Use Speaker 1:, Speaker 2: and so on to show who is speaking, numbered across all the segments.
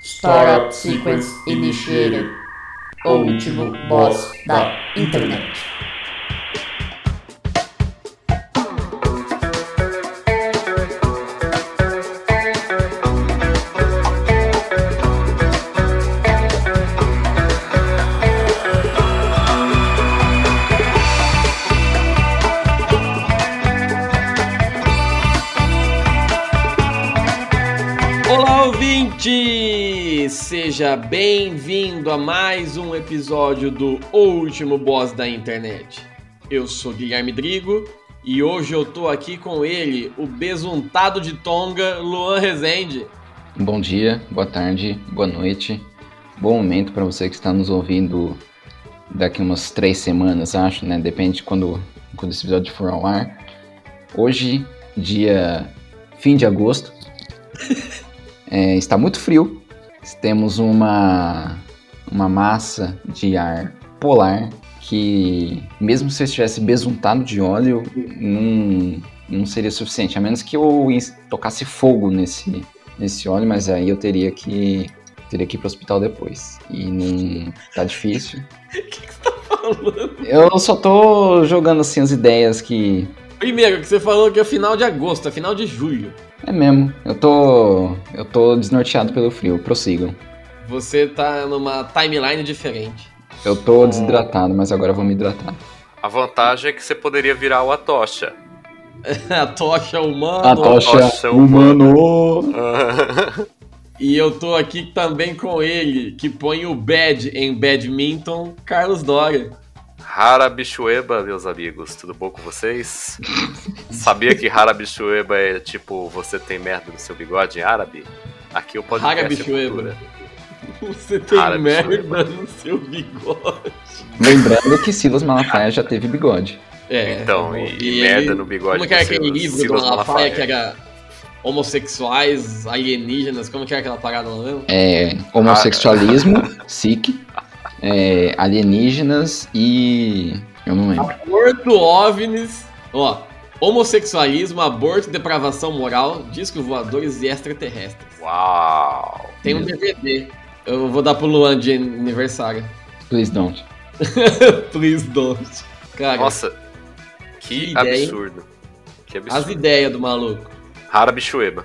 Speaker 1: Startup Sequence Initiated, o último boss da internet.
Speaker 2: Olá, ouvinte! Seja bem-vindo a mais um episódio do O Último Boss da Internet. Eu sou Guilherme Drigo e hoje eu tô aqui com ele, o besuntado de Tonga, Luan Rezende.
Speaker 3: Bom dia, boa tarde, boa noite. Bom momento para você que está nos ouvindo daqui umas três semanas, acho, né? Depende de quando, quando esse episódio for ao ar. Hoje, dia fim de agosto, é, está muito frio. Temos uma, uma massa de ar polar que, mesmo se eu estivesse besuntado de óleo, não, não seria suficiente. A menos que eu ins- tocasse fogo nesse, nesse óleo, mas aí eu teria que teria que ir pro hospital depois. E não tá difícil.
Speaker 2: Falando.
Speaker 3: Eu só tô jogando assim as ideias que
Speaker 2: Primeiro, que você falou que é final de agosto, é final de julho.
Speaker 3: é mesmo. Eu tô eu tô desnorteado pelo frio. Prossigam.
Speaker 2: Você tá numa timeline diferente.
Speaker 3: Eu tô desidratado, mas agora eu vou me hidratar.
Speaker 4: A vantagem é que você poderia virar o Atocha.
Speaker 2: A tocha humana.
Speaker 3: A tocha
Speaker 4: tocha
Speaker 3: humano.
Speaker 2: E eu tô aqui também com ele, que põe o bad em badminton, Carlos Dória.
Speaker 4: Hara Bichueba, meus amigos, tudo bom com vocês? Sabia que Hara Bichueba é tipo você tem merda no seu bigode em árabe? Aqui é eu posso
Speaker 2: Hara Bichueba. Você tem
Speaker 4: Cara,
Speaker 2: merda no seu bigode.
Speaker 3: Lembrando que Silas Malafaia já teve bigode.
Speaker 2: É.
Speaker 4: Então, e, e
Speaker 2: ele-
Speaker 4: merda no bigode
Speaker 2: Como é que era
Speaker 4: do
Speaker 2: aquele
Speaker 4: Silas-
Speaker 2: livro
Speaker 4: Silas
Speaker 2: do Malafaia
Speaker 4: Malafaia.
Speaker 2: que era homossexuais, alienígenas, como que era aquela parada lá mesmo?
Speaker 3: É, homossexualismo, SIC, é, alienígenas e. Eu não lembro.
Speaker 2: Aborto, OVNIs, ó, homossexualismo, aborto, depravação moral, disco voadores e extraterrestres.
Speaker 4: Uau!
Speaker 2: Tem um
Speaker 3: Meu
Speaker 2: DVD. Eu vou dar pro Luan de aniversário.
Speaker 3: Please don't.
Speaker 2: Please don't. Cara,
Speaker 4: Nossa,
Speaker 2: Que
Speaker 4: que,
Speaker 2: ideia, hein?
Speaker 4: absurdo. Que
Speaker 2: as
Speaker 4: absurdo.
Speaker 2: ideias do maluco.
Speaker 4: Hara Bichueba.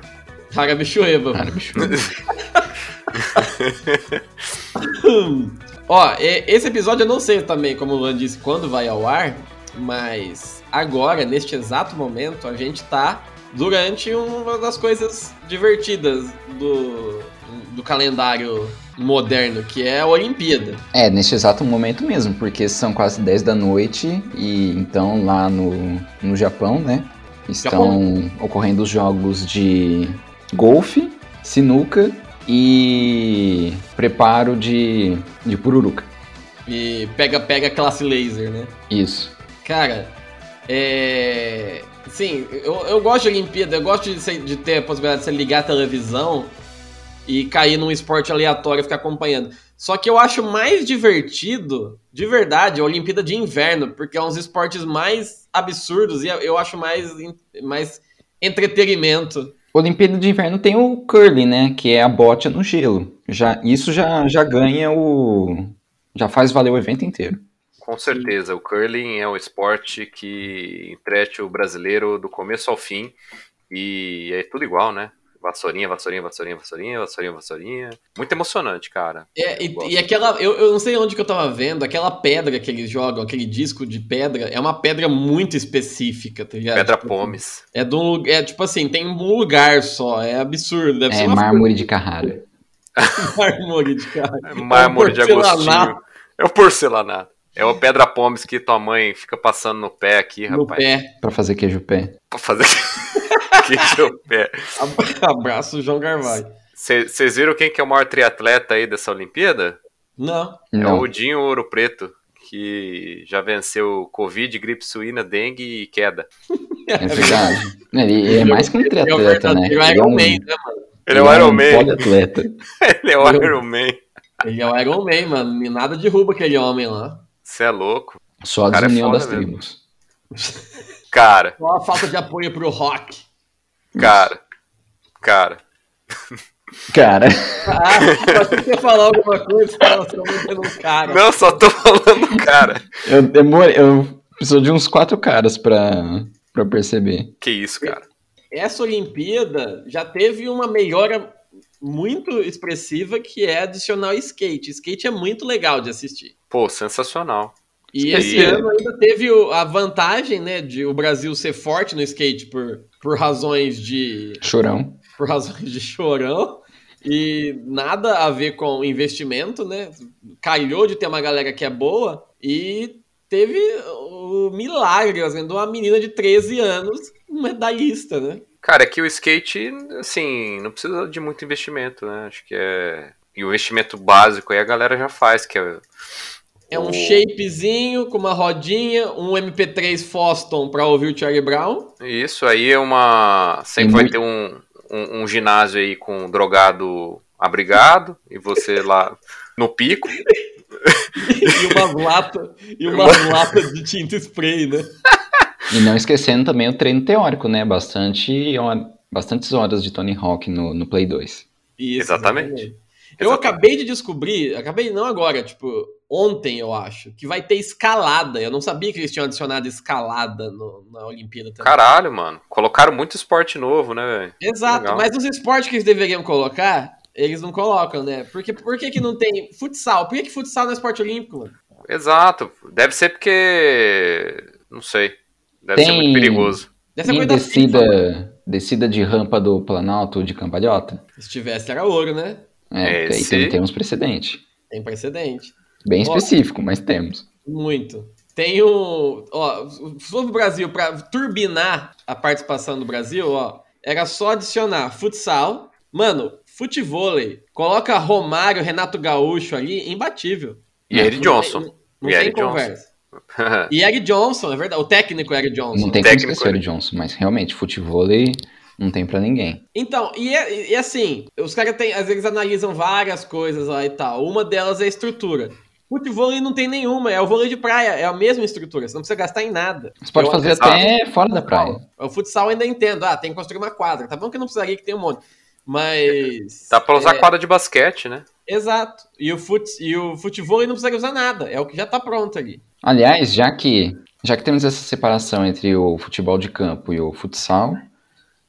Speaker 2: Cara, bicho Eva.
Speaker 3: Cara, bicho.
Speaker 2: Ó, e- esse episódio eu não sei também, como o Luan disse, quando vai ao ar, mas agora, neste exato momento, a gente tá durante uma das coisas divertidas do, do calendário moderno, que é a Olimpíada.
Speaker 3: É, neste exato momento mesmo, porque são quase 10 da noite e então lá no, no Japão, né? Estão ocorrendo os jogos de golfe, sinuca e preparo de, de pururuca.
Speaker 2: E pega-pega classe laser, né?
Speaker 3: Isso.
Speaker 2: Cara, é. Sim, eu, eu gosto de Olimpíada, eu gosto de, ser- de ter a possibilidade de você ligar a televisão e cair num esporte aleatório e ficar acompanhando. Só que eu acho mais divertido, de verdade, a Olimpíada de Inverno, porque é uns esportes mais absurdos e eu- eu acho mais, en- mais entretenimento.
Speaker 3: Olimpíada de Inverno tem o curling, né? Que é a bote no gelo. Já, isso já, já ganha o. Já faz valer o evento inteiro.
Speaker 4: Com certeza, o curling é um esporte que entrete o brasileiro do começo ao fim e é tudo igual, né? Vassourinha, vassourinha, vassourinha, vassourinha, vassourinha, vassourinha. Muito emocionante, cara.
Speaker 2: É, e,
Speaker 4: Eu gosto.
Speaker 2: e aquela. Eu, eu não sei onde que eu tava vendo, aquela pedra que eles jogam, aquele disco de pedra, é uma pedra muito específica, tá ligado?
Speaker 4: Pedra
Speaker 2: Tipo,
Speaker 4: Pomes.
Speaker 2: É de um lu- é tipo assim, tem um lugar só, é absurdo, deve ser
Speaker 3: É
Speaker 2: uma
Speaker 3: mármore de Carrara.
Speaker 2: figura de mármore de cara.
Speaker 4: É mármore de
Speaker 2: um porcelanato.
Speaker 4: Agostinho. É o porcelanato. É o Pedra Pomes que tua mãe fica passando no pé
Speaker 3: É,
Speaker 4: aqui,
Speaker 2: No
Speaker 4: rapaz.
Speaker 2: pé.
Speaker 3: Pra fazer queijo pé.
Speaker 4: Pra fazer que é o pé.
Speaker 2: Ab- Abraço, João Carvalho.
Speaker 4: Vocês viram quem que é o maior triatleta aí dessa Olimpíada?
Speaker 2: Não.
Speaker 4: É
Speaker 3: Não.
Speaker 4: o Dinho Ouro Preto, que já venceu Covid, gripe suína, dengue e queda.
Speaker 3: É verdade. Ele é mais que um
Speaker 2: É o
Speaker 3: triatleta, né?
Speaker 2: verdadeiro Iron Man, né, mano?
Speaker 4: Ele é o Iron
Speaker 3: um
Speaker 4: Man.
Speaker 3: poliatleta.
Speaker 4: Ele é o Iron Man.
Speaker 2: Ele é o Iron Man, mano. E nada derruba aquele homem lá.
Speaker 4: Você é louco.
Speaker 3: Só a
Speaker 4: Cara, é
Speaker 3: desunião
Speaker 4: foda
Speaker 3: das
Speaker 4: mesmo.
Speaker 3: tribos.
Speaker 4: Cara,
Speaker 2: Só a falta de apoio pro Rock.
Speaker 4: cara, cara.
Speaker 3: Cara,
Speaker 2: Ah, se você falar alguma coisa, eu tô metendo um cara.
Speaker 4: Não, só tô falando, cara.
Speaker 3: eu demorei. Eu preciso de uns quatro caras pra, pra perceber.
Speaker 4: Que isso, cara.
Speaker 2: Essa Olimpíada já teve uma melhora muito expressiva que é adicionar o skate. Skate é muito legal de assistir.
Speaker 4: Pô, sensacional.
Speaker 2: E
Speaker 4: Skate.
Speaker 2: esse ano ainda teve o- a vantagem, né, de o Brasil ser forte no skate por, por razões de
Speaker 3: Chorão.
Speaker 2: por razões de chorão e nada a ver com investimento, né? Calhou de ter uma galera que é boa e teve o milagre assim, de uma menina de 13 anos medalhista, né?
Speaker 4: Cara, é que o skate, assim, não precisa de muito investimento, né? Acho que é. E o investimento básico aí a galera já faz, que é.
Speaker 2: É um
Speaker 4: o-
Speaker 2: shapezinho com uma rodinha, um MP3 Foston pra ouvir o Charlie Brown.
Speaker 4: Isso aí é uma. Sempre
Speaker 3: Tem
Speaker 4: vai
Speaker 3: É muito-
Speaker 4: ter um, um, um ginásio aí com um drogado abrigado e você lá no pico.
Speaker 2: e uma lata e uma lata de tinta spray, né?
Speaker 3: E não esquecendo também o treino teórico, né? Bastante hora, bastantes horas de Tony Hawk no, no Play 2.
Speaker 2: Isso,
Speaker 4: Exatamente.
Speaker 2: Eu
Speaker 4: Exatamente.
Speaker 2: acabei de descobrir, acabei não agora, tipo, ontem eu acho, que vai ter escalada. Eu não sabia que eles tinham adicionado escalada no- na Olimpíada também.
Speaker 4: Caralho, mano. Colocaram muito esporte novo, né, velho?
Speaker 2: Exato,
Speaker 4: legal.
Speaker 2: mas os esportes que eles deveriam colocar, eles não colocam, né? Porque por que, que não tem futsal? Por que, que futsal não é esporte olímpico, mano?
Speaker 4: Exato. Deve ser porque. Não sei. Deve ser
Speaker 3: Tem-
Speaker 4: muito perigoso.
Speaker 2: Deve ser
Speaker 3: E
Speaker 2: é coisa da FIFA. né?
Speaker 3: descida, descida de rampa do Planalto de Cambalhota?
Speaker 2: Se tivesse, era ouro, né?
Speaker 3: É, porque aí
Speaker 4: Esse-
Speaker 3: tem, temos precedente.
Speaker 2: Tem precedente.
Speaker 3: Bem
Speaker 2: Ó.
Speaker 3: específico, mas temos.
Speaker 2: Muito. Tem o. Ó, sobre o Brasil, para turbinar a participação do Brasil, ó, era só adicionar futsal. Mano, futevôlei. Coloca Romário, Renato Gaúcho ali, imbatível.
Speaker 4: E Eric
Speaker 2: Não
Speaker 4: Johnson.
Speaker 2: tem- Não,
Speaker 4: E
Speaker 2: tem
Speaker 4: Eric
Speaker 2: conversa. E Eric Johnson, é verdade. O técnico Eric Johnson.
Speaker 3: Não tem como
Speaker 4: técnico,
Speaker 3: esquecer
Speaker 4: né?
Speaker 3: o Johnson, mas realmente, futevôlei não tem pra ninguém.
Speaker 2: Então, e, é- e assim, os caras têm. Às vezes analisam várias coisas lá e tal. Uma delas é a estrutura. Futevôlei não tem nenhuma, é o vôlei de praia, é a mesma estrutura, você não precisa gastar em nada.
Speaker 3: Você pode
Speaker 2: Eu-
Speaker 3: fazer
Speaker 4: exato.
Speaker 3: até fora da praia.
Speaker 2: O futsal eu ainda entendo. Ah, tem que construir uma quadra. Tá bom que não precisaria que tem um monte. Mas.
Speaker 4: Dá pra usar
Speaker 2: é,
Speaker 4: quadra de basquete, né?
Speaker 2: Exato. E o, fut, e o futebol não precisaria usar nada. É o que já tá pronto ali.
Speaker 3: Aliás, já que, já que temos essa separação entre o futebol de campo e o futsal,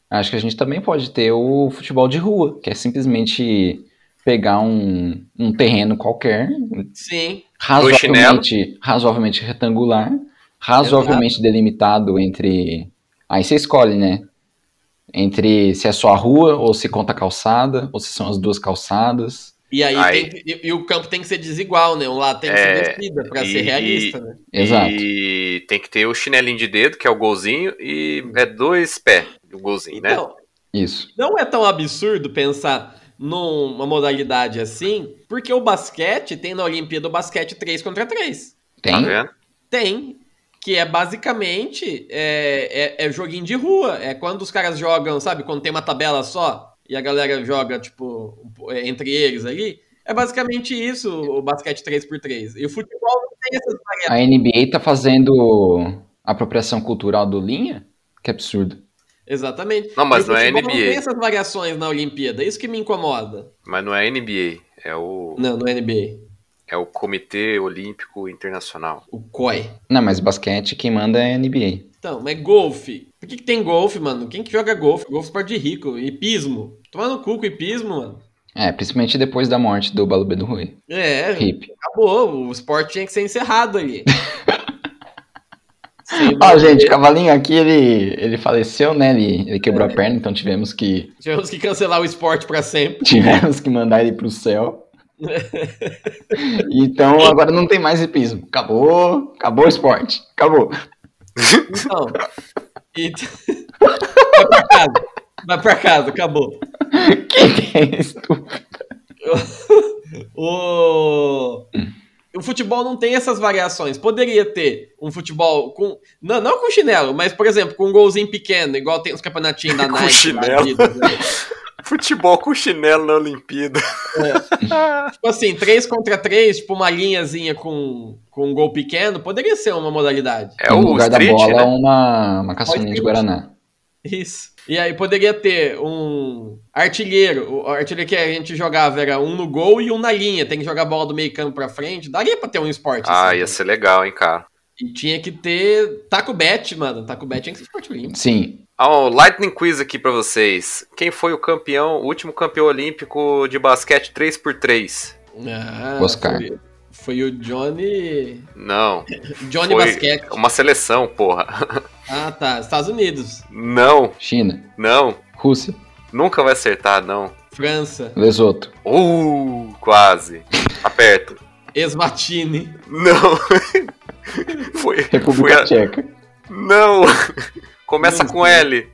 Speaker 3: acho que a gente também pode ter o futebol de rua, que é simplesmente pegar um, um terreno qualquer,
Speaker 2: Sim.
Speaker 3: razoavelmente, razoavelmente retangular, razoavelmente delimitado entre. Aí você escolhe, né? Entre se é só a rua, ou se conta a calçada, ou se são as duas calçadas.
Speaker 2: E aí,
Speaker 4: Aí.
Speaker 2: tem que- e, e o campo tem que ser desigual, né? Um lado tem que
Speaker 4: É,
Speaker 2: ser descida pra
Speaker 4: e-
Speaker 2: ser realista, né?
Speaker 3: Exato.
Speaker 4: E tem que ter o chinelinho de dedo, que é o golzinho, e é dois pés o golzinho, né?
Speaker 2: Então,
Speaker 3: Isso.
Speaker 2: não é tão absurdo pensar numa modalidade assim, porque o basquete tem na Olimpíada o basquete 3 contra 3.
Speaker 3: Tem?
Speaker 4: Tá vendo?
Speaker 2: Tem. Que é basicamente é, é, é joguinho de rua. É quando os caras jogam, sabe? Quando tem uma tabela só e a galera joga, tipo, um po- é, entre eles ali. É basicamente isso o basquete 3x3. E o futebol não tem essas variações.
Speaker 3: A NBA tá fazendo apropriação cultural do Linha? Que absurdo.
Speaker 2: Exatamente.
Speaker 4: Não, mas
Speaker 2: E o
Speaker 4: não é
Speaker 2: futebol Não
Speaker 4: NBA.
Speaker 2: tem essas variações na Olimpíada. Isso que me incomoda.
Speaker 4: Mas não é NBA, é o,
Speaker 2: Não, no NBA.
Speaker 4: é o Comitê Olímpico Internacional.
Speaker 2: O COI.
Speaker 3: Não, mas basquete quem manda é a NBA.
Speaker 2: Então, mas golfe. Por que, que tem golfe, mano? Quem que joga golfe? Golfe é esporte de rico. Hipismo. Toma no cu com hipismo, mano.
Speaker 3: É, principalmente depois da morte do Balubê do Rui.
Speaker 2: É,
Speaker 3: Hip.
Speaker 2: acabou, o esporte tinha que ser encerrado ali. Sim,
Speaker 3: Ó, gente, o cavalinho aqui, ele, ele faleceu, né? Ele, ele quebrou
Speaker 4: É.
Speaker 3: a perna, então tivemos que,
Speaker 2: Tivemos que cancelar o esporte pra sempre.
Speaker 3: tivemos que mandar ele pro céu. Então agora não tem mais hipismo. Acabou, acabou o esporte. Acabou.
Speaker 2: Então. e- Então, Vai pra casa. Vai pra casa, acabou.
Speaker 3: Que é isso?
Speaker 2: O... o futebol não tem essas variações. Poderia ter um futebol com. Não, não com chinelo, mas, por exemplo, com um golzinho pequeno, igual tem os campeonatinhos da
Speaker 4: Com
Speaker 2: Nike. da
Speaker 4: chinelo.
Speaker 2: Adidas, né?
Speaker 4: Futebol com chinelo na Olimpíada.
Speaker 2: Tipo assim, 3 contra 3, tipo uma linhazinha com, com um gol pequeno, poderia ser uma modalidade.
Speaker 4: É
Speaker 3: no
Speaker 4: o
Speaker 3: lugar
Speaker 4: street,
Speaker 3: da bola, um
Speaker 4: né?
Speaker 3: uma, uma caçulinha de
Speaker 2: street.
Speaker 3: Guaraná.
Speaker 2: Isso. E aí poderia ter um artilheiro. O artilheiro que a gente jogava era um no gol e um na linha. Tem que jogar a bola do meio campo pra frente. Daria pra ter um esporte.
Speaker 4: Ah,
Speaker 2: assim,
Speaker 4: ia
Speaker 2: né?
Speaker 4: ser legal, hein, cara.
Speaker 2: E tinha que ter taco bet, mano. Taco bet tinha que ser esporte olímpico.
Speaker 3: Sim.
Speaker 4: Ah, um Lightning Quiz aqui pra vocês. Quem foi o campeão, o último campeão olímpico de basquete 3x3?
Speaker 2: Ah,
Speaker 3: Oscar.
Speaker 2: Foi, foi o Johnny.
Speaker 4: Não. Foi.
Speaker 2: Johnny
Speaker 4: um
Speaker 2: Basquete.
Speaker 4: Uma seleção, porra.
Speaker 2: Ah, tá. Estados Unidos.
Speaker 4: Não,
Speaker 3: China,
Speaker 4: não.
Speaker 3: Rússia,
Speaker 4: Nunca vai acertar, não.
Speaker 2: França.
Speaker 3: Lesoto.
Speaker 4: Uh, quase. Aperto.
Speaker 2: Esmatini.
Speaker 4: Não. Foi, foi
Speaker 3: República
Speaker 4: a...
Speaker 3: Tcheca,
Speaker 4: Não. Começa
Speaker 2: Não,
Speaker 4: com L.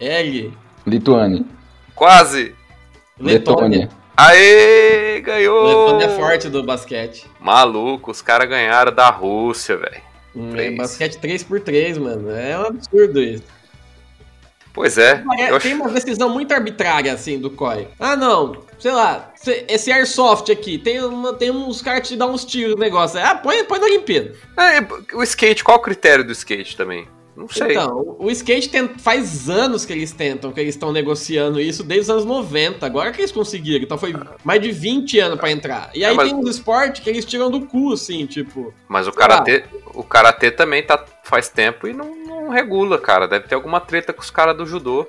Speaker 2: L.
Speaker 3: Lituânia,
Speaker 4: Quase.
Speaker 2: Letônia.
Speaker 3: Letônia,
Speaker 4: Aê, ganhou.
Speaker 2: Letônia é forte do basquete.
Speaker 4: Maluco, os caras ganharam da Rússia, velho.
Speaker 2: Hum,
Speaker 4: Três.
Speaker 2: basquete 3x3, mano. É um absurdo isso.
Speaker 4: Pois é.
Speaker 2: É,
Speaker 4: eu
Speaker 2: tem
Speaker 4: acho-
Speaker 2: uma decisão muito arbitrária, assim, do COI. Ah, não. Sei lá. se- Esse airsoft aqui. Tem, uma, tem uns caras que te dão uns tiros no negócio. Ah, põe, põe na Olimpíada.
Speaker 4: É, e o skate, qual o critério do skate também? Não sei.
Speaker 2: Então, o- o skate tem- faz anos que eles tentam, que eles estão negociando isso desde os anos 90. Agora que eles conseguiram. Então foi mais de 20 anos pra entrar. E aí
Speaker 4: É, mas-
Speaker 2: tem uns esportes que eles tiram do cu, assim, tipo.
Speaker 4: Mas o karatê, o karatê também tá faz tempo e não, não regula, cara. Deve ter alguma treta com os caras do judô.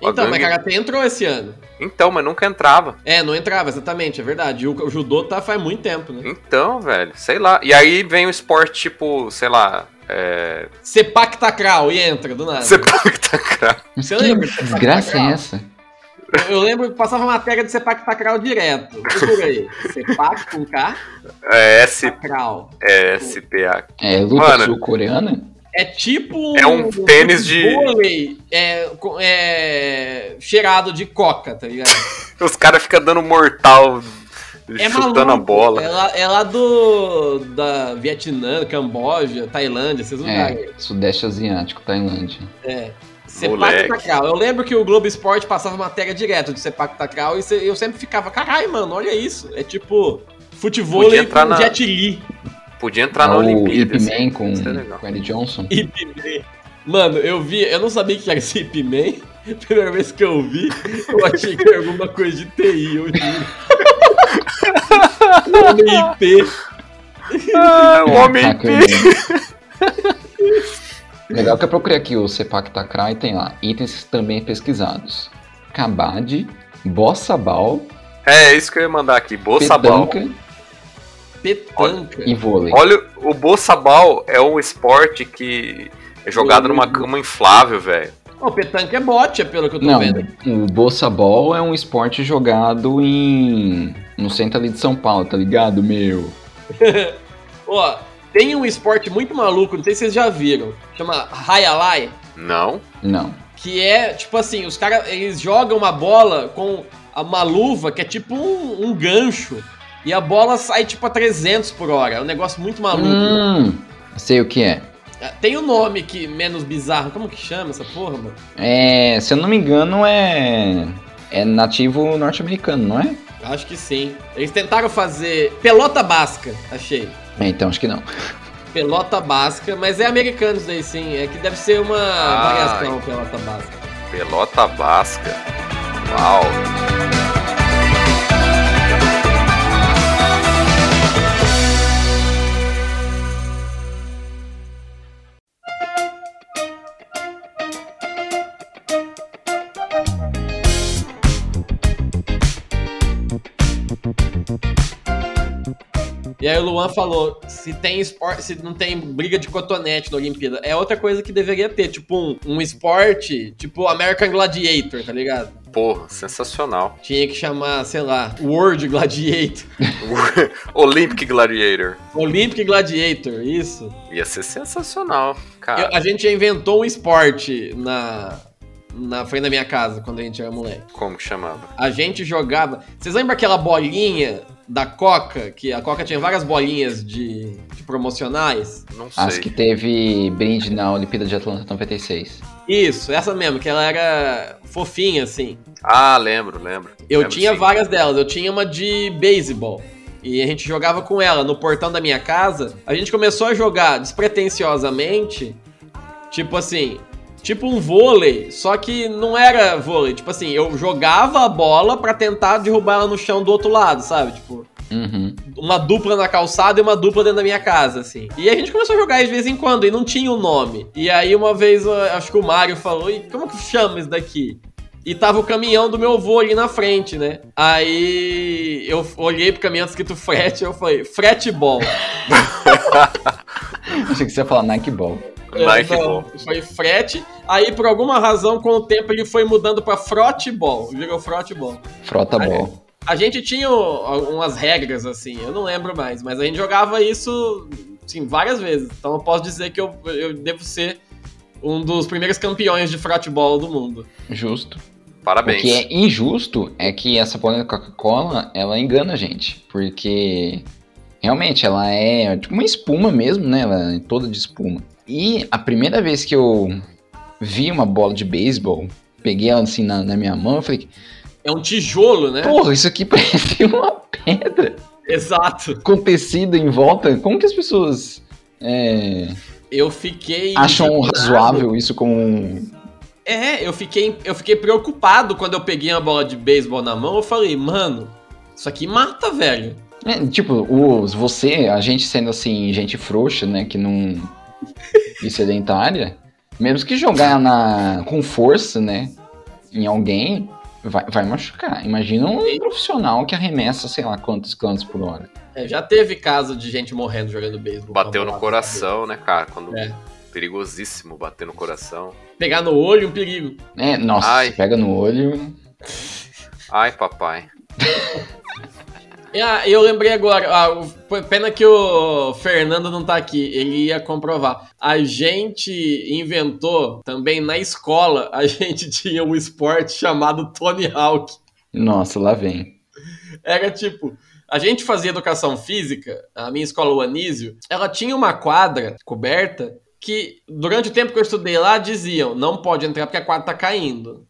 Speaker 4: Ó,
Speaker 2: Então, mas
Speaker 4: gangue-
Speaker 2: Karatê entrou esse ano.
Speaker 4: Então, mas nunca entrava.
Speaker 2: É, não entrava, exatamente, é verdade. O, o judô tá faz muito tempo, né?
Speaker 4: Então, velho, sei lá. E aí vem o esporte tipo, sei lá, é...
Speaker 2: Sepak Takral e entra, do nada.
Speaker 4: Sepak Takra.
Speaker 3: Mas
Speaker 2: Você
Speaker 3: que
Speaker 2: lembra dessa
Speaker 3: desgraça
Speaker 2: cara?
Speaker 3: é essa?
Speaker 2: Eu, eu lembro que passava matéria de Sepak Takral direto. Procura aí. Sepak com K,
Speaker 4: É S,
Speaker 2: Takral.
Speaker 4: é SPA.
Speaker 3: É luta
Speaker 4: Mano.
Speaker 3: sul-coreana?
Speaker 2: É tipo
Speaker 4: É um tênis de-
Speaker 2: vôlei, é, co- é, cheirado de coca, tá ligado?
Speaker 4: Os caras ficam dando mortal,
Speaker 2: É
Speaker 4: chutando
Speaker 2: maluco.
Speaker 4: a bola.
Speaker 2: É lá, é lá do da Vietnã, Camboja, Tailândia, esses lugares.
Speaker 3: É, Sudeste Asiático, Tailândia.
Speaker 2: Sepak
Speaker 4: Moleque.
Speaker 2: Takral. É. Eu lembro que o Globo Esporte passava matéria direto de Sepak Takral e se- eu sempre ficava, caralho, mano, olha isso. É tipo futebol
Speaker 4: Podia
Speaker 2: e
Speaker 4: entrar na-
Speaker 2: jet Li.
Speaker 4: Podia entrar na
Speaker 3: Ou
Speaker 4: Olimpíada.
Speaker 3: É Ip
Speaker 4: assim.
Speaker 3: Man com
Speaker 4: Isso é legal.
Speaker 3: com Eric Johnson.
Speaker 2: Ip Man. Mano, eu vi, eu não sabia que era esse Ip Man. Primeira vez que eu vi, eu achei que era alguma coisa de TI, eu juro. Homem IP.
Speaker 4: Ah, o
Speaker 2: tá
Speaker 4: homem
Speaker 3: Taco
Speaker 4: Ip.
Speaker 3: Ip. Legal que eu procurei aqui o Sepak Takra e tem lá itens também pesquisados. Kabaddi, Bossa Ball,
Speaker 4: É isso que eu ia mandar aqui. Boçabal.
Speaker 3: Petanca
Speaker 2: Petanca.
Speaker 3: e vôlei.
Speaker 4: Olha, o bolsabal é um esporte que é jogado numa cama inflável, velho.
Speaker 2: Ô, petanca é bote, é pelo que eu tô
Speaker 3: Não,
Speaker 2: vendo.
Speaker 3: o Bossa Ball é um esporte jogado em no centro ali de São Paulo, tá ligado, meu?
Speaker 2: Ó, tem um esporte muito maluco, não sei se vocês já viram. Chama Hayalai.
Speaker 4: Não?
Speaker 3: Não.
Speaker 2: Que é, tipo assim, os caras, eles jogam uma bola com uma luva que é tipo um, um gancho. E a bola sai, tipo, a 300 por hora. É um negócio muito maluco.
Speaker 3: Hum, sei o que é.
Speaker 2: Tem o um nome que menos bizarro. Como que chama essa porra, mano?
Speaker 3: É, se eu não me engano, é é nativo norte-americano, não é?
Speaker 2: Acho que sim. Eles tentaram fazer pelota basca, achei.
Speaker 3: É, então acho que não.
Speaker 2: Pelota basca, mas é americano isso daí sim. É que deve ser uma
Speaker 4: Ah,
Speaker 2: variação pelota basca.
Speaker 4: Pelota basca. Uau.
Speaker 2: E aí o Luan falou: se tem esporte, se não tem briga de cotonete na Olimpíada, é outra coisa que deveria ter, tipo um, um esporte, tipo American Gladiator, tá ligado?
Speaker 4: Porra, sensacional.
Speaker 2: Tinha que chamar, sei lá, World Gladiator,
Speaker 4: Olympic Gladiator.
Speaker 2: Olympic Gladiator, isso.
Speaker 4: Ia ser sensacional, cara.
Speaker 2: Eu- a gente inventou um esporte na na frente da minha casa quando a gente era moleque.
Speaker 4: Como que chamava?
Speaker 2: A gente jogava. Vocês lembram aquela bolinha da Coca? Que a Coca tinha várias bolinhas de, de promocionais?
Speaker 4: Não sei.
Speaker 3: As que teve brinde na Olimpíada de Atlanta 96.
Speaker 2: Isso, essa mesmo, que ela era fofinha, assim.
Speaker 4: Ah, lembro, lembro.
Speaker 2: Eu
Speaker 4: Lembro,
Speaker 2: tinha
Speaker 4: É, sim.
Speaker 2: várias delas. Eu tinha uma de beisebol. E a gente jogava com ela no portão da minha casa. A gente começou a jogar despretensiosamente. Tipo assim, Tipo um vôlei, só que não era vôlei. Tipo assim, eu jogava a bola pra tentar derrubar ela no chão do outro lado, sabe? Tipo,
Speaker 3: Uhum.
Speaker 2: uma dupla na calçada e uma dupla dentro da minha casa, assim. E a gente começou a jogar de vez em quando e não tinha o nome. E aí uma vez, eu- acho que o Mário falou, e como que chama isso daqui? E tava o caminhão do meu avô ali na frente, né? Aí eu olhei pro caminhão escrito frete, eu falei, fretebol.
Speaker 3: Achei que você ia falar Nike Ball.
Speaker 4: Nike
Speaker 2: É,
Speaker 4: Ball.
Speaker 2: Foi frete. Aí, por alguma razão, com o tempo, ele foi mudando pra frotebol. Virou frotebol.
Speaker 3: Frota
Speaker 2: Aí-
Speaker 3: Ball.
Speaker 2: A gente tinha o- umas regras, assim, eu não lembro mais, mas a gente jogava isso, assim, várias vezes. Então eu posso dizer que eu, eu devo ser um dos primeiros campeões de fratebol do mundo.
Speaker 3: Justo. O
Speaker 4: Parabéns.
Speaker 3: que é injusto é que essa polêmica da Coca-Cola, ela engana a gente, porque realmente ela é tipo uma espuma mesmo, né? Ela é toda de espuma. E a primeira vez que eu vi uma bola de beisebol, peguei ela assim na, na minha mão, eu falei,
Speaker 2: É um tijolo, né?
Speaker 3: porra, isso aqui parece uma pedra
Speaker 2: Exato.
Speaker 3: com tecido em volta. Como que as pessoas é,
Speaker 2: Eu fiquei.
Speaker 3: acham um razoável isso como um-
Speaker 2: É, eu fiquei, eu fiquei preocupado quando eu peguei uma bola de beisebol na mão. Eu falei, mano, isso aqui mata, velho.
Speaker 3: É, tipo, os, você, a gente sendo assim, gente frouxa, né? Que não. e sedentária. Mesmo que jogar na, com força, né? Em alguém, vai, vai machucar. Imagina um profissional que arremessa, sei lá, quantos quilômetros por hora.
Speaker 2: É, já teve caso de gente morrendo jogando beisebol. com a
Speaker 4: Bateu
Speaker 2: bola
Speaker 4: no
Speaker 2: na
Speaker 4: coração, né, cara? Quando...
Speaker 2: É.
Speaker 4: Perigosíssimo bater no coração.
Speaker 2: cabeça. Pegar no olho, um perigo.
Speaker 3: É, nossa,
Speaker 4: Ai.
Speaker 3: você pega no olho.
Speaker 4: Ai, papai.
Speaker 2: E, ah, eu lembrei agora, ah, o- p- pena que o Fernando não tá aqui, ele ia comprovar. A gente inventou também na escola, a gente tinha um esporte chamado Tony Hawk.
Speaker 3: Nossa, lá vem.
Speaker 2: Era tipo, a gente fazia educação física, a minha escola, o Anísio, ela tinha uma quadra coberta que durante o tempo que eu estudei lá diziam, não pode entrar porque a quadra tá caindo.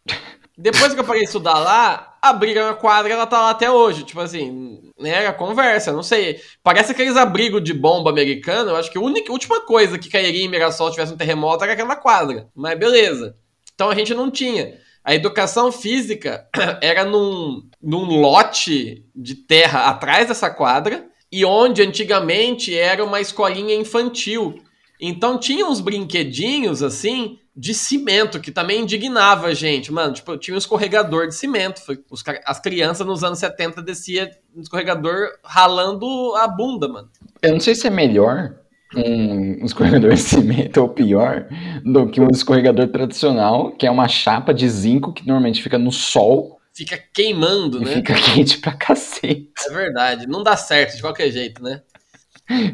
Speaker 2: Depois que eu parei de estudar lá, abriram a quadra e ela tá lá até hoje. Tipo assim, né, era conversa, não sei. Parece aqueles abrigos de bomba americano. Eu acho que a única, última coisa que cairia em Mirassol tivesse um terremoto era aquela quadra. Mas beleza. Então a gente não tinha. A educação física era num, num lote de terra atrás dessa quadra e onde antigamente era uma escolinha infantil. Então tinha uns brinquedinhos assim de cimento que também indignava a gente, mano. Tipo, tinha um escorregador de cimento. Foi- os car- as crianças nos anos 70 descia no escorregador ralando a bunda, mano.
Speaker 3: Eu não sei se é melhor um escorregador de cimento ou pior do que um escorregador tradicional, que é uma chapa de zinco que normalmente fica no sol
Speaker 2: Fica queimando,
Speaker 3: e
Speaker 2: né?
Speaker 3: fica quente pra cacete.
Speaker 2: É verdade. Não dá certo de qualquer jeito, né?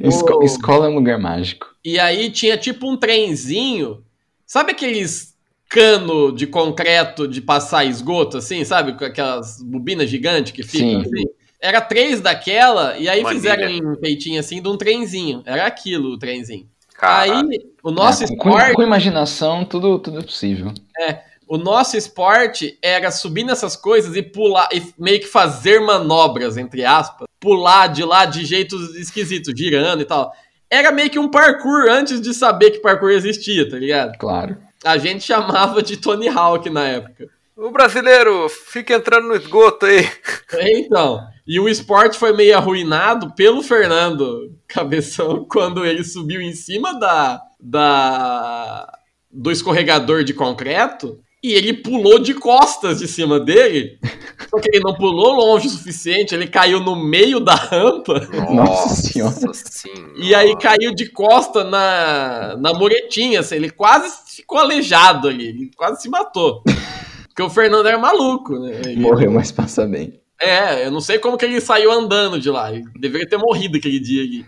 Speaker 3: Esco-
Speaker 2: Ô.
Speaker 3: Escola é um lugar mágico.
Speaker 2: E aí tinha tipo um trenzinho. Sabe aqueles cano de concreto de passar esgoto, assim, sabe? Com aquelas bobinas gigantes que ficam
Speaker 3: Sim.
Speaker 2: assim? Era três daquela, e aí
Speaker 4: Manilha.
Speaker 2: fizeram um peitinho assim de um trenzinho. Era aquilo o trenzinho.
Speaker 4: Cara,
Speaker 2: Aí o nosso
Speaker 3: É, com- com,
Speaker 2: esporte.
Speaker 3: com imaginação, tudo, tudo é possível.
Speaker 2: O nosso esporte era subir nessas coisas e pular, e meio que fazer manobras, entre aspas, pular de lá de jeitos esquisitos, girando e tal. Era meio que um parkour antes de saber que parkour existia, tá ligado?
Speaker 3: Claro.
Speaker 2: A gente chamava de Tony Hawk na época.
Speaker 4: o brasileiro fica entrando no esgoto aí.
Speaker 2: Então, e o esporte foi meio arruinado pelo Fernando Cabeção quando ele subiu em cima da, da do escorregador de concreto e ele pulou de costas de cima dele. Só que ele não pulou longe o suficiente, ele caiu no meio da rampa
Speaker 3: Nossa senhora.
Speaker 4: senhora.
Speaker 2: e aí caiu de costa na, na muretinha, assim, ele quase ficou aleijado ali, ele quase se matou. Porque o Fernando era maluco, né? Ele-
Speaker 3: Morreu, mas passa bem.
Speaker 2: É, eu não sei como que ele saiu andando de lá. Ele deveria ter morrido aquele dia ali.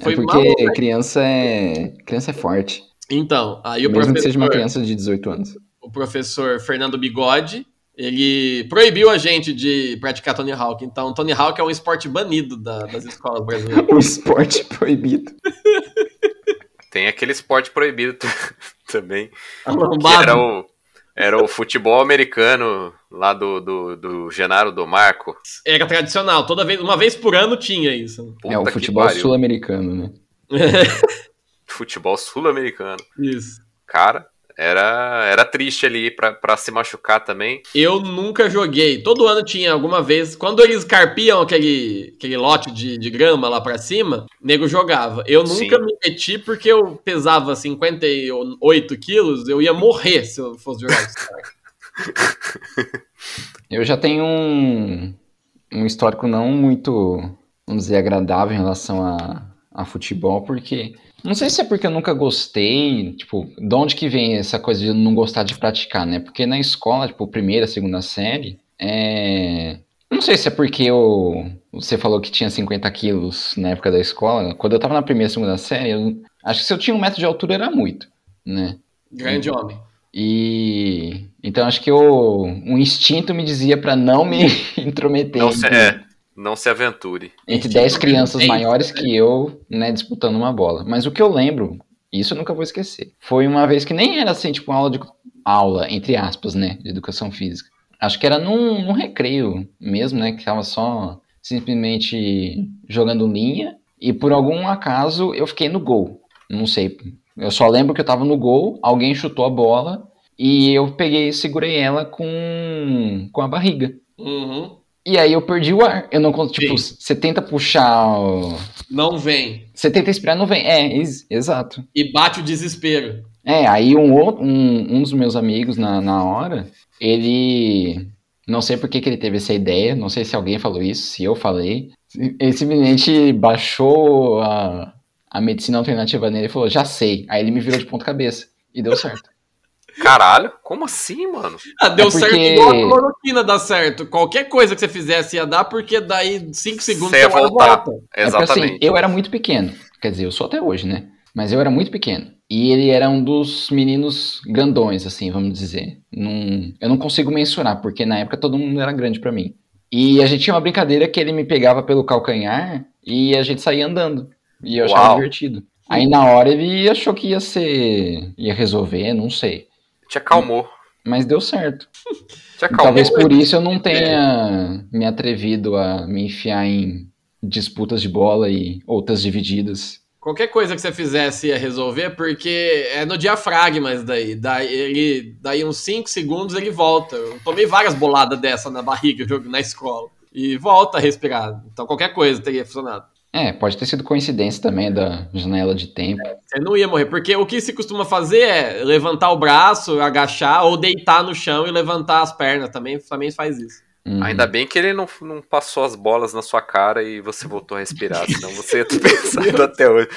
Speaker 2: Foi né?
Speaker 3: é porque
Speaker 2: maluco.
Speaker 3: criança é. Criança é forte.
Speaker 2: Então, aí o
Speaker 3: mesmo que
Speaker 2: professor,
Speaker 3: seja uma criança de 18 anos.
Speaker 2: o professor Fernando Bigode, ele proibiu a gente de praticar Tony Hawk. Então, Tony Hawk é um esporte banido da- das escolas brasileiras.
Speaker 3: O esporte proibido.
Speaker 4: Tem aquele esporte proibido t- também.
Speaker 2: A
Speaker 4: Que era
Speaker 2: lombada.
Speaker 4: o, era o futebol americano lá do, do, do Genaro do Marco.
Speaker 2: Era tradicional. Toda vez, uma vez por ano tinha isso.
Speaker 4: Puta
Speaker 3: é o
Speaker 4: que
Speaker 3: futebol
Speaker 4: pariu.
Speaker 3: sul-americano, né?
Speaker 4: Futebol sul-americano.
Speaker 2: isso.
Speaker 4: Cara, Era, era triste ali pra, pra se machucar também.
Speaker 2: Eu nunca joguei. Todo ano tinha alguma vez. Quando eles carpiam aquele, aquele lote de, de grama lá pra cima, nego jogava. Eu nunca
Speaker 4: Sim.
Speaker 2: me meti porque eu pesava 58 quilos, eu ia morrer se eu fosse jogar isso.
Speaker 3: Eu já tenho um, um histórico não muito, vamos dizer, agradável em relação a, a futebol, porque. Não sei se é porque eu nunca gostei, tipo, de onde que vem essa coisa de não gostar de praticar, né? Porque na escola, tipo, primeira, segunda série, é. Não sei se é porque eu, você falou que tinha 50 quilos na época da escola. Quando eu tava na primeira, segunda série, eu, acho que se eu tinha um metro de altura era muito, né?
Speaker 2: Grande homem.
Speaker 3: E então acho que eu, um instinto me dizia pra não me intrometer
Speaker 4: Não se,
Speaker 3: entre,
Speaker 4: é, não se aventure.
Speaker 3: entre 10 crianças
Speaker 2: É,
Speaker 3: maiores que eu, né, disputando uma bola. Mas o que eu lembro, isso eu nunca vou esquecer, foi uma vez que nem era assim, tipo, uma aula de aula, entre aspas, né, de educação física. Acho que era num, num recreio mesmo, né, que tava só simplesmente jogando linha e por algum acaso eu fiquei no gol. Não sei, eu só lembro que eu tava no gol, alguém chutou a bola e eu peguei e segurei ela com, com a barriga.
Speaker 2: Uhum.
Speaker 3: E aí eu perdi o ar. Eu não conto, tipo, você tenta puxar o...
Speaker 2: Não vem.
Speaker 3: Você tenta esperar, não vem. É, ex- exato.
Speaker 2: E bate o desespero.
Speaker 3: É, aí um, outro, um, um dos meus amigos na, na hora, ele. Não sei por que, que ele teve essa ideia, não sei se alguém falou isso, se eu falei. Ele simplesmente baixou a, a medicina alternativa nele e falou, já sei. Aí ele me virou de ponta cabeça. E deu certo.
Speaker 4: Caralho, como assim, mano?
Speaker 2: Ah, deu
Speaker 3: É porque-
Speaker 2: certo igual a cloroquina dá certo. Qualquer coisa que você fizesse ia dar, porque daí 5 segundos
Speaker 4: Você ia
Speaker 2: seu ar
Speaker 4: voltar.
Speaker 2: volta.
Speaker 3: É porque assim,
Speaker 4: Exatamente.
Speaker 3: eu era muito pequeno. Quer dizer, eu sou até hoje, né? Mas eu era muito pequeno. E ele era um dos meninos grandões, assim, vamos dizer. Num- eu não consigo mensurar, porque na época todo mundo era grande pra mim. E a gente tinha uma brincadeira que ele me pegava pelo calcanhar e a gente saía andando. E eu achava
Speaker 4: Uau.
Speaker 3: divertido. Aí na hora ele achou que ia ser. ia resolver, não sei.
Speaker 4: Te acalmou.
Speaker 3: Mas deu certo.
Speaker 4: Te
Speaker 3: E
Speaker 4: acalmou.
Speaker 3: talvez por isso eu
Speaker 4: É.
Speaker 3: não tenha me atrevido a me enfiar em disputas de bola e outras divididas.
Speaker 2: Qualquer coisa que você fizesse ia resolver, porque é no diafragma isso daí. Daí, ele, daí uns 5 segundos ele volta. Eu tomei várias boladas dessa na barriga jogo na escola. E volta a respirar. Então qualquer coisa teria funcionado.
Speaker 3: É, pode ter sido coincidência também da janela de tempo.
Speaker 2: Você não ia morrer, porque o que se costuma fazer é levantar o braço, agachar, ou deitar no chão e levantar as pernas. Também, também faz isso.
Speaker 3: Uhum.
Speaker 4: Ainda bem que ele não, não passou as bolas na sua cara e você voltou a respirar, senão você ia ter pensado até hoje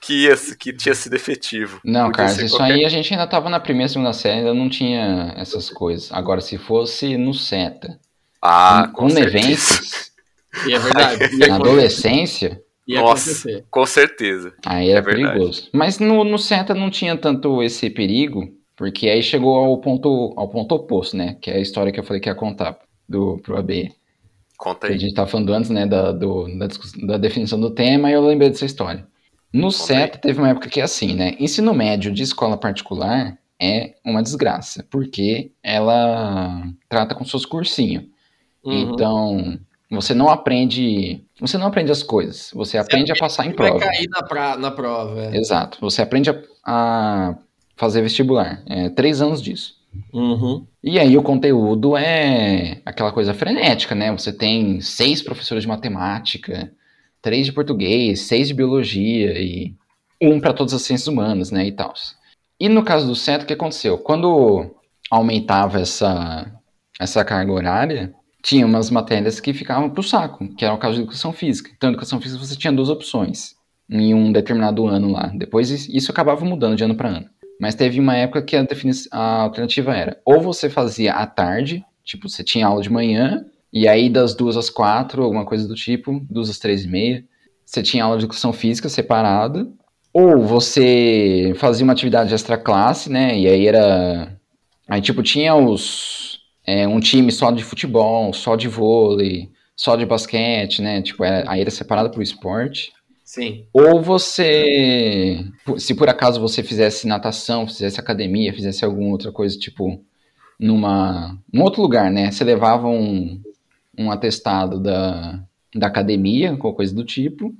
Speaker 4: que, ia, que tinha sido efetivo.
Speaker 3: Não,
Speaker 4: Podia
Speaker 3: Carlos,
Speaker 4: ser
Speaker 3: isso
Speaker 4: qualquer-
Speaker 3: aí a gente ainda tava na primeira, segunda série, ainda não tinha essas coisas. Agora, se fosse no seta,
Speaker 4: Ah,
Speaker 3: com,
Speaker 4: com,
Speaker 3: com
Speaker 4: certeza.
Speaker 3: Nevenses,
Speaker 2: E é verdade. Ia,
Speaker 3: na
Speaker 2: acontecer-
Speaker 3: adolescência,
Speaker 2: ia
Speaker 4: Nossa.
Speaker 2: acontecer.
Speaker 4: Com certeza.
Speaker 3: aí era
Speaker 4: É verdade.
Speaker 3: perigoso. Mas no, no seta não tinha tanto esse perigo, porque aí chegou ao ponto, ao ponto oposto, né? Que é a história que eu falei que ia contar do, pro AB.
Speaker 4: Conta
Speaker 3: A
Speaker 4: aí.
Speaker 3: gente tava falando antes, né, da, do- da, discuss- da definição do tema, e eu lembrei dessa história. No CETA teve uma época que é assim, né? Ensino médio de escola particular é uma desgraça, porque ela trata com seus cursinhos.
Speaker 2: Uhum.
Speaker 3: Então, você não aprende. Você não aprende as coisas, você aprende a passar em
Speaker 2: vai
Speaker 3: prova.
Speaker 2: cair na, pra- na prova. é.
Speaker 3: Exato. Você aprende a, a fazer vestibular. É três anos disso.
Speaker 2: Uhum.
Speaker 3: E aí o conteúdo é aquela coisa frenética, né? Você tem seis professores de matemática, três de português, seis de biologia e um para todas as ciências humanas, né? E tal. E no caso do CETA, o que aconteceu? Quando aumentava essa, essa carga horária, tinha umas matérias que ficavam pro saco, que era o caso de educação física. Então, educação física você tinha duas opções em um determinado ano lá. Depois is- isso acabava mudando de ano para ano. Mas teve uma época que a, defini- a alternativa era ou você fazia à tarde, tipo, você tinha aula de manhã, e aí das duas às quatro, alguma coisa do tipo, duas às três e meia, você tinha aula de educação física separada, ou você fazia uma atividade extra-classe, né, e aí era... Aí, tipo, tinha os... é, um time só de futebol, só de vôlei, só de basquete, né, tipo, era- aí era separado pro esporte.
Speaker 2: Sim.
Speaker 3: Ou você, se por acaso você fizesse natação, fizesse academia, fizesse alguma outra coisa, tipo, numa, num outro lugar, né? Você levava um, um atestado da, da academia, qualquer coisa do tipo,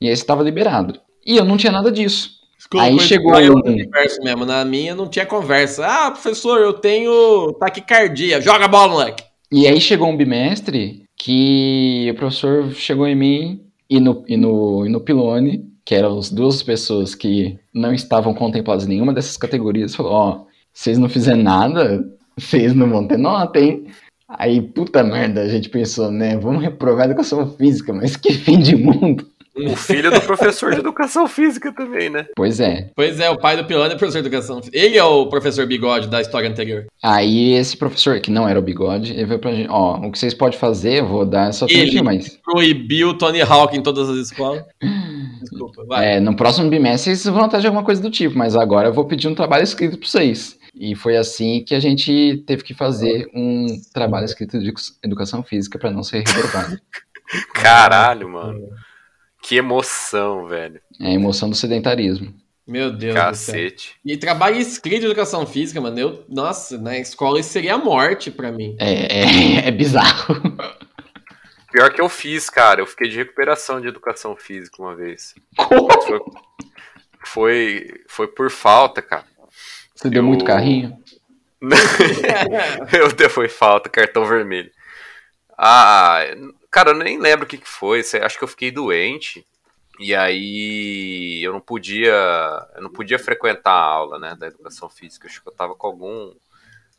Speaker 3: e aí você estava liberado. E eu não tinha nada disso. Aí
Speaker 2: Desculpa,
Speaker 3: chegou
Speaker 2: eu
Speaker 3: um-
Speaker 2: converso mesmo. Na minha não tinha conversa. Ah, professor, eu tenho taquicardia. Joga a bola, moleque.
Speaker 3: E aí chegou um bimestre que o professor chegou em mim e no, e no, e no Pilone, que eram as duas pessoas que não estavam contempladas em nenhuma dessas categorias, falou, ó, vocês não fizerem nada, vocês não vão ter nota, hein? Aí, puta merda, a gente pensou, né, vamos reprovar a educação física, mas que fim de mundo.
Speaker 4: O filho do professor de educação física também, né?
Speaker 3: Pois é,
Speaker 2: Pois é, o pai do Pilano é professor de educação. física. Ele é o professor bigode da história anterior.
Speaker 3: Aí esse professor, que não era o bigode, ele veio pra gente, ó, o que vocês podem fazer, eu vou dar essa
Speaker 2: Ele.
Speaker 3: tentativa, mas
Speaker 2: Proibiu o Tony Hawk em todas as escolas. Desculpa, vai.
Speaker 3: é, no próximo bimestre vocês vão atrás de alguma coisa do tipo, mas agora eu vou pedir um trabalho escrito pra vocês. E foi assim que a gente teve que fazer um trabalho escrito de educação física pra não ser reprovado.
Speaker 4: Caralho, mano. Que emoção, velho.
Speaker 3: É a emoção do sedentarismo.
Speaker 2: Meu Deus do céu.
Speaker 4: Cacete.
Speaker 2: E trabalho escrito de educação física, mano. Eu, nossa, na escola isso seria a morte pra mim.
Speaker 3: É, é, é bizarro.
Speaker 4: Pior que eu fiz, cara. Eu fiquei de recuperação de educação física uma vez. Mas Foi, foi, foi por falta, cara.
Speaker 3: Você deu
Speaker 4: Eu-
Speaker 3: muito carrinho?
Speaker 4: Eu dei- foi falta, cartão vermelho. Ah, cara, eu nem lembro o que, que foi. sei- Acho que eu fiquei doente. E aí eu não podia. Eu não podia frequentar a aula, né? Da educação física. Acho que eu tava com algum.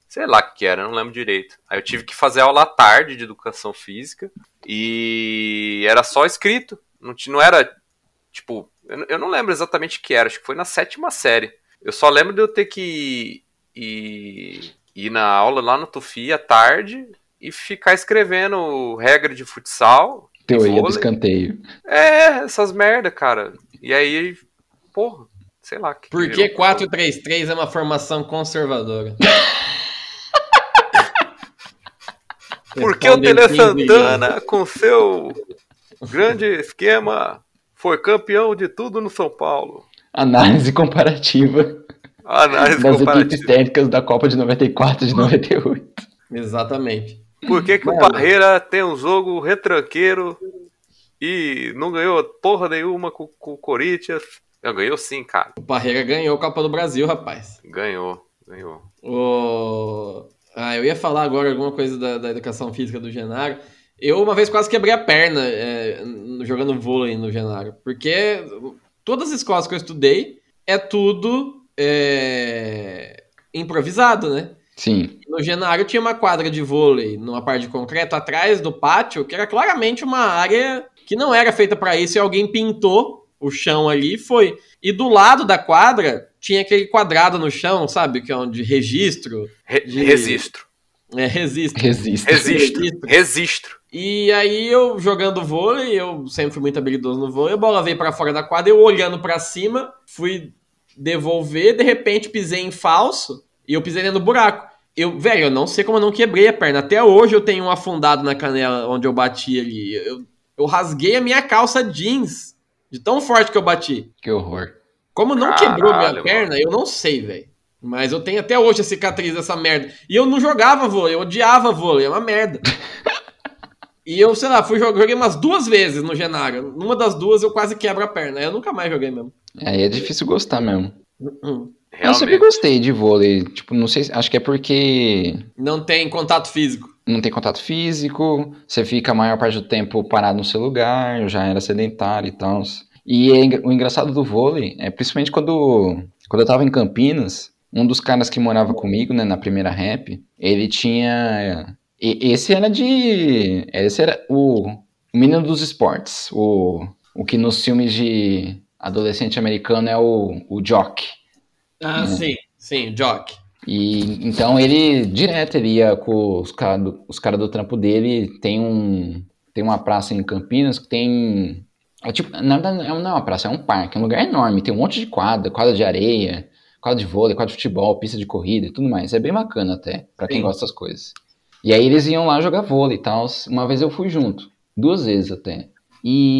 Speaker 4: Sei lá o que que era, eu não lembro direito. Aí eu tive que fazer aula à tarde de educação física. E era só escrito. Não, ti- não era. Tipo, eu, não- eu não lembro exatamente o que era. Acho que foi na sétima série. Eu só lembro de eu ter que ir ir na aula lá no Tufi à tarde e ficar escrevendo regra de futsal.
Speaker 3: Teoria do
Speaker 4: vôlei.
Speaker 3: escanteio.
Speaker 4: É, essas merda, cara. E aí, porra, sei lá. Que
Speaker 2: Por
Speaker 4: que
Speaker 2: que
Speaker 4: eu-
Speaker 2: 433 é uma formação conservadora?
Speaker 4: Por que o Tele
Speaker 2: Respondem 15
Speaker 4: Santana, com seu grande esquema, foi campeão de tudo no São Paulo? Ah,
Speaker 3: Análise comparativa
Speaker 4: Análise
Speaker 3: das equipes
Speaker 4: comparativa.
Speaker 3: técnicas da Copa de 94 e de 98.
Speaker 2: Exatamente.
Speaker 4: Por que, que o
Speaker 2: Mano.
Speaker 4: Parreira tem um jogo retranqueiro e não ganhou porra nenhuma com com o Corinthians? Não, ganhou sim, cara.
Speaker 2: O Parreira ganhou a Copa do Brasil, rapaz.
Speaker 4: Ganhou, ganhou.
Speaker 2: O... Ah, eu ia falar agora alguma coisa da, da educação física do Genaro. Eu uma vez quase quebrei a perna é, n- jogando vôlei no Genaro, porque todas as escolas que eu estudei é tudo é, improvisado, né?
Speaker 3: Sim,
Speaker 2: No Genaro tinha uma quadra de vôlei numa parte de concreto atrás do pátio, que era claramente uma área que não era feita para isso e alguém pintou o chão ali e foi. E do lado da quadra tinha aquele quadrado no chão, sabe? Que é onde registro,
Speaker 4: Re-
Speaker 2: De-
Speaker 4: Registro.
Speaker 2: é, registro.
Speaker 3: resiste.
Speaker 4: Registro. Registro.
Speaker 2: E aí eu jogando vôlei, eu sempre fui muito habilidoso no vôlei, a bola veio pra fora da quadra, eu olhando pra cima, fui devolver, de repente pisei em falso e eu pisei dentro do buraco. Eu, velho, eu não sei como eu não quebrei a perna. Até hoje eu tenho um afundado na canela onde eu bati ali. Eu, eu rasguei a minha calça jeans de tão forte que eu bati.
Speaker 3: Que horror.
Speaker 2: Como não
Speaker 4: Caralho,
Speaker 2: quebrou minha
Speaker 4: mano.
Speaker 2: perna, eu não sei, velho. Mas eu tenho até hoje a cicatriz dessa merda. E eu não jogava vôlei, eu odiava vôlei, é uma merda. e eu, sei lá, fui jogar, joguei umas duas vezes no Genaro. Numa das duas eu quase quebro a perna. Aí Eu nunca mais joguei mesmo.
Speaker 3: Aí é difícil gostar mesmo.
Speaker 2: Uhum.
Speaker 3: Eu sempre
Speaker 4: Realmente.
Speaker 3: gostei de vôlei. Tipo, não sei, acho que é porque
Speaker 2: Não tem contato físico.
Speaker 3: não tem contato físico, você fica a maior parte do tempo parado no seu lugar, eu já era sedentário e tal. E é engra- o engraçado do vôlei é principalmente quando, quando eu tava em Campinas, um dos caras que morava comigo, né, na primeira rap, ele tinha. e- Esse era de. Esse era o menino dos esportes, o, o que nos filmes de adolescente americano é o, o jock.
Speaker 4: Hum.
Speaker 2: Ah, sim. Sim, Jock.
Speaker 3: E então ele direto ele ia com os caras do, os cara do trampo dele, tem um tem uma praça em Campinas que tem é tipo, na verdade não é uma praça, é um parque, é um lugar enorme, tem um monte de quadra, quadra de areia, quadra de vôlei, quadra de futebol, pista de corrida e tudo mais. É bem bacana até, pra quem
Speaker 2: Sim.
Speaker 3: gosta dessas coisas. E aí eles iam lá jogar vôlei e tal. Uma vez eu fui junto, duas vezes até.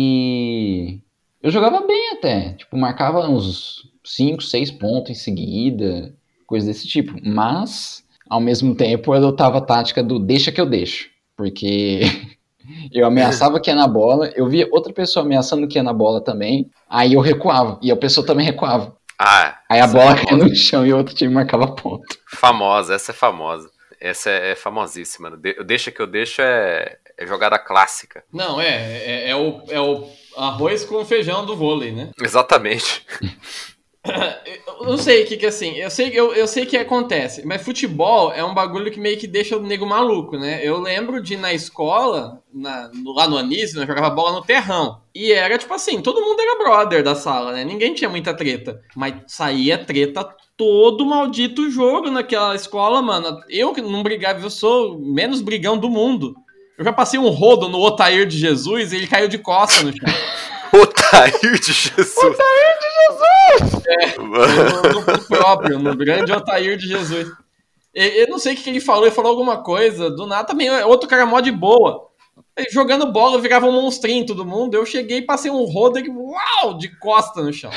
Speaker 3: E eu jogava bem até, tipo, marcava uns 5, 6 pontos em seguida coisa desse tipo. Mas, ao mesmo tempo, eu adotava a tática do deixa que eu deixo. Porque eu ameaçava que ia na bola, eu via outra pessoa ameaçando que ia na bola também, aí eu recuava, e a pessoa também recuava.
Speaker 4: Ah,
Speaker 3: Aí a
Speaker 4: essa
Speaker 3: bola
Speaker 4: é
Speaker 3: caía
Speaker 4: famosa.
Speaker 3: no chão e o outro time marcava ponto.
Speaker 4: Famosa, essa é famosa. Essa é, é famosíssima. De- eu deixa que eu deixo é, é jogada clássica.
Speaker 2: Não, é, é, é o, é o arroz com feijão do vôlei, né?
Speaker 4: Exatamente.
Speaker 2: Eu não sei o que que é assim, eu sei, eu, eu sei que acontece, mas futebol é um bagulho que meio que deixa o nego maluco, né? Eu lembro de na escola, na- no- lá no Anísio, eu jogava bola no terrão. E era tipo assim, todo mundo era brother da sala, né? Ninguém tinha muita treta. Mas saía treta todo maldito jogo naquela escola, mano. Eu que não brigava, eu sou o menos brigão do mundo. Eu já passei um rodo no Otair de Jesus e ele caiu de costa no chão.
Speaker 4: Otair de Jesus. Otair de Jesus!
Speaker 2: no, no próprio, no grande Otair de Jesus. E- Eu não sei o que que ele falou, ele falou alguma coisa, do nada também, é outro cara mó de boa. Ele Jogando bola, eu virava um monstrinho em todo mundo. Eu cheguei e passei um rodo e uau, de costa no chão.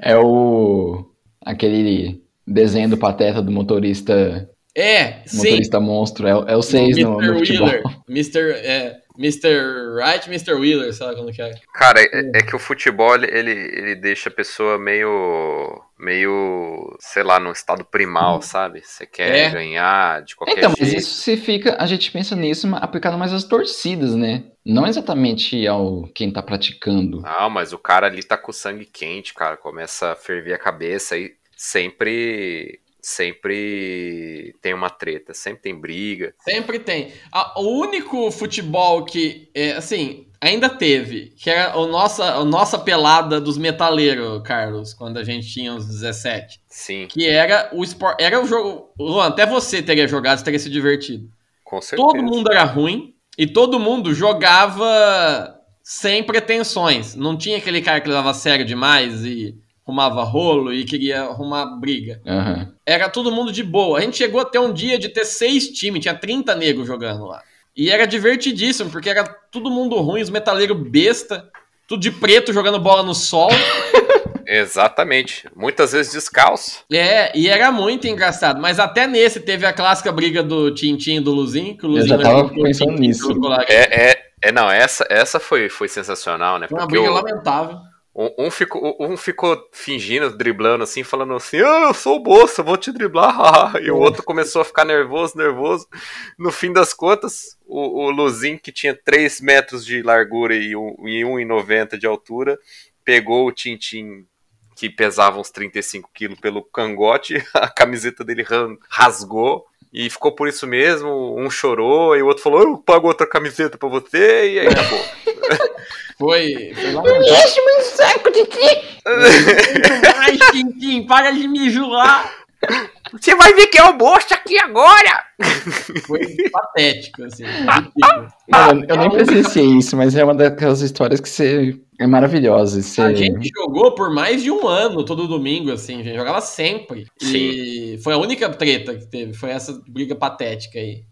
Speaker 3: É o. aquele desenho do pateta do motorista.
Speaker 2: É, sim.
Speaker 3: Motorista monstro. É, o- é o 6
Speaker 2: Mr.
Speaker 3: no, no futebol.
Speaker 2: Wheeler. Mr. É, Mr. Wright, Mr. Wheeler, sei lá como que é.
Speaker 4: Cara, é, é que o futebol ele- ele, ele deixa a pessoa meio. meio. sei lá, num estado primal, sabe? Você quer
Speaker 2: É.
Speaker 4: ganhar de qualquer
Speaker 3: Hum. Então, mas
Speaker 4: jeito.
Speaker 3: isso se fica. A gente pensa nisso mas aplicado mais às torcidas, né? Não exatamente ao quem tá praticando.
Speaker 4: Não, mas o cara ali tá com o sangue quente, cara. Começa a ferver a cabeça e sempre. Sempre tem uma treta, sempre tem briga.
Speaker 2: Sempre tem. A- o único futebol que, é, assim, ainda teve, que era o nossa, a nossa pelada dos metaleiros, Carlos, quando a gente tinha uns 17.
Speaker 4: Sim,
Speaker 2: Que era o esporte. Era o jogo. Luan, até você teria jogado, você teria se divertido.
Speaker 4: com certeza.
Speaker 2: Todo mundo era ruim e todo mundo jogava sem pretensões. Não tinha aquele cara que levava a sério demais e arrumava rolo e queria arrumar briga.
Speaker 3: Aham.
Speaker 2: Era todo mundo de boa. A gente chegou até um dia de ter seis times, tinha 30 negros jogando lá. E era divertidíssimo, porque era todo mundo ruim, os metaleiros besta, tudo de preto jogando bola no sol.
Speaker 4: Exatamente. Muitas vezes descalço.
Speaker 2: É, e era muito engraçado. Mas até nesse teve a clássica briga do Tintim e do Luzinho, que o Luzinho
Speaker 3: já tava
Speaker 2: arrancou o
Speaker 3: pensando
Speaker 2: Tintim
Speaker 3: nisso.
Speaker 2: pelo colar.
Speaker 4: É, é, é não, essa, essa foi, foi sensacional, né?
Speaker 2: Foi uma
Speaker 4: Porque
Speaker 2: briga
Speaker 4: o-
Speaker 2: lamentável.
Speaker 4: um, um ficou, um ficou fingindo, driblando assim, falando assim: ah, eu sou o bolsa, vou te driblar. haha." e o outro começou a ficar nervoso, nervoso. No fim das contas, o, o Luzin, que tinha 3 metros de largura e um- e 1,90 de altura, pegou o Tintim. Que pesava uns 35 quilos pelo cangote, a camiseta dele ran- rasgou e ficou por isso mesmo. Um chorou e o outro falou: Eu pago outra camiseta pra você, e aí acabou.
Speaker 2: Foi, foi lamentável. Ai, Tintim, para de me jular.
Speaker 4: Você vai ver que é o Bosta aqui agora!
Speaker 2: Foi patético, assim. ridículo.
Speaker 3: Mano, eu nem presenciei isso, mas é uma daquelas histórias que você. É maravilhosa. Você...
Speaker 2: A gente jogou por mais de um ano, todo domingo, assim, a gente jogava sempre. E foi a única treta que teve, foi essa briga patética aí.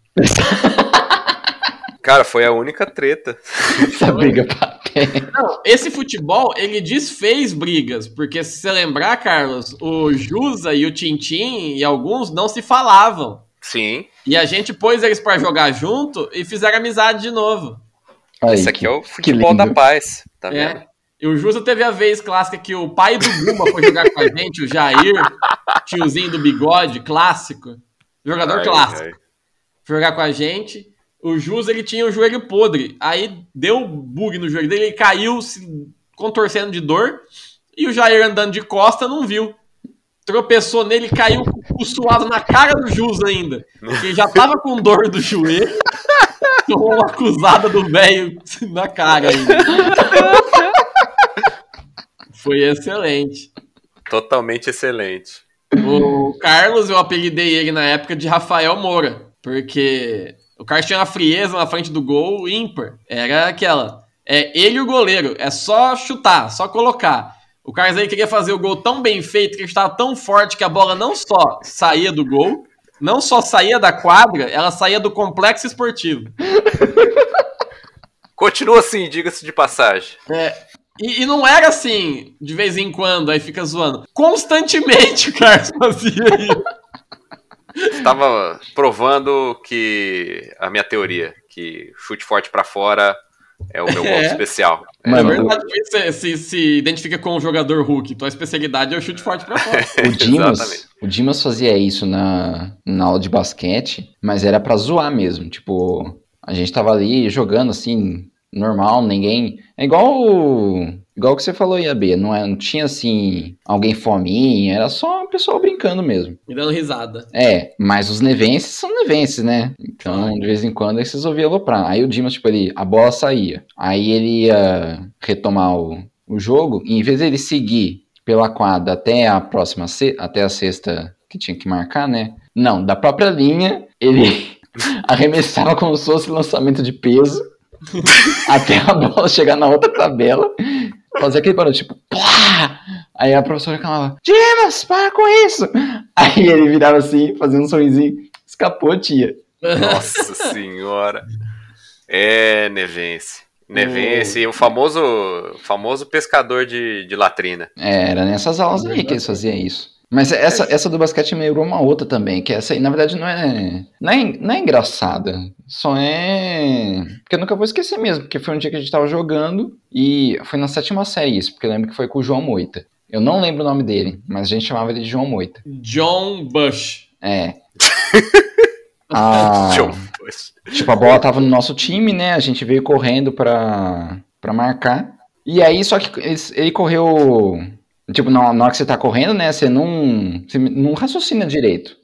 Speaker 4: Cara, foi a única treta.
Speaker 3: Essa tá briga patética.
Speaker 2: Não, esse futebol, ele desfez brigas, porque se você lembrar, Carlos, o Jusa e o Tintim e alguns não se falavam.
Speaker 4: Sim.
Speaker 2: E a gente pôs eles pra jogar junto e fizeram amizade de novo.
Speaker 3: Olha
Speaker 4: Esse
Speaker 3: aí,
Speaker 4: aqui
Speaker 3: que-
Speaker 4: é o
Speaker 3: que
Speaker 4: futebol
Speaker 3: lindo.
Speaker 4: da paz. Tá
Speaker 2: É.
Speaker 4: vendo?
Speaker 2: E o Justa teve a vez clássica que o pai do Guma foi jogar com a gente, o Jair, tiozinho do bigode, clássico. Jogador
Speaker 4: Ai,
Speaker 2: clássico.
Speaker 4: ai.
Speaker 2: Foi jogar com a gente. O Jus, ele tinha o joelho podre. Aí deu bug no joelho dele, ele caiu se contorcendo de dor. E o Jair andando de costa não viu. Tropeçou nele, caiu com o suado na cara do Jus ainda. Porque ele já tava com dor do joelho. Tomou uma acusada do velho na cara ainda. Foi excelente.
Speaker 4: Totalmente excelente.
Speaker 2: O Carlos, eu apelidei ele na época de Rafael Moura, porque o Carlos tinha uma frieza na frente do gol ímpar. Era aquela. É ele e o goleiro, é só chutar, só colocar. O Carlos aí queria fazer o gol tão bem feito, que ele estava tão forte que a bola não só saía do gol, não só saía da quadra, ela saía do complexo esportivo.
Speaker 4: Continua assim, diga-se de passagem.
Speaker 2: É, E, e não era assim, de vez em quando, aí fica zoando. Constantemente o Carlos fazia isso.
Speaker 4: Estava provando que a minha teoria, que chute forte pra fora É o meu golpe
Speaker 2: É.
Speaker 4: especial. É,
Speaker 2: Na
Speaker 3: Mano,
Speaker 2: verdade, você se, se identifica com o jogador Hulk. Tua especialidade é o chute forte pra fora.
Speaker 3: O Dimas,
Speaker 4: Exatamente.
Speaker 3: o Dimas fazia isso na, na aula de basquete, mas era pra zoar mesmo. Tipo, a gente tava ali jogando assim, normal, ninguém. É igual. o- Igual o que você falou, Iabê. Não, é, não tinha assim, alguém fominha, era só o pessoal brincando mesmo.
Speaker 2: Me dando risada.
Speaker 3: É, mas os nevenses são nevenses, né? Então, de vez em quando, eles resolviam aloprar. Aí o Dimas, tipo, ele, a bola saía. Aí ele ia retomar o, o jogo, e em vez dele seguir pela quadra até a próxima, ce- até a sexta que tinha que marcar, né? Não, da própria linha, ele arremessava como se fosse lançamento de peso, até a bola chegar na outra tabela, fazia aquele barulho, tipo, plá! Aí a professora reclamava, Dimas, para com isso! Aí ele virava assim, fazia um sorrisinho, escapou, tia.
Speaker 4: Nossa senhora. É, Nevense. Nevense,
Speaker 3: Hum.
Speaker 4: e o famoso, famoso pescador de, de latrina.
Speaker 3: É, era nessas aulas aí que eles faziam isso. Mas essa, essa do basquete me lembrou uma outra também, que essa aí, na verdade, não é, não é. Não é engraçada. Só é. Porque eu nunca vou esquecer mesmo, porque foi um dia que a gente tava jogando e foi na sétima série isso, porque eu lembro que foi com o João Moita. Eu não lembro o nome dele, mas a gente chamava ele de João Moita.
Speaker 2: John Bush.
Speaker 3: É. Ah,
Speaker 4: Show. Pois.
Speaker 3: Tipo, a bola tava no nosso time, né? A gente veio correndo pra, pra marcar. E aí, só que ele, ele correu. Tipo, na, na hora que você tá correndo, né? Você não, você não raciocina direito.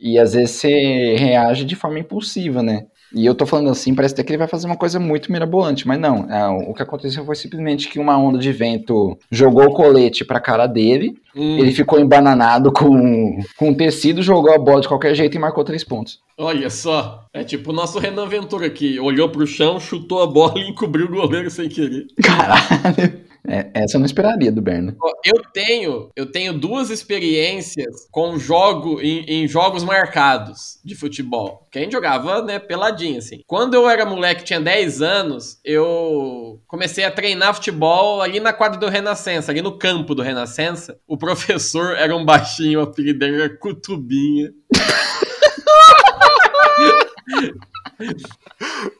Speaker 3: E às vezes você reage de forma impulsiva, né? E eu tô falando assim, parece até que ele vai fazer uma coisa muito mirabolante, mas não. É, o que aconteceu foi simplesmente que uma onda de vento jogou o colete pra cara dele,
Speaker 2: Hum,
Speaker 3: ele ficou embananado com, com tecido, jogou a bola de qualquer jeito e marcou três pontos.
Speaker 2: Olha só. É tipo o nosso Renan Ventura aqui. Olhou pro chão, chutou a bola e encobriu o goleiro sem querer.
Speaker 3: Caralho. É, essa eu não esperaria do Berna.
Speaker 2: Ó, Eu tenho, eu tenho duas experiências com jogo em, em jogos marcados de futebol. Que a gente jogava, né, peladinho, assim. Quando eu era moleque, tinha 10 anos, eu comecei a treinar futebol ali na quadra do Renascença, ali no campo do Renascença. O professor era um baixinho, o apelido dele era Cutubinha.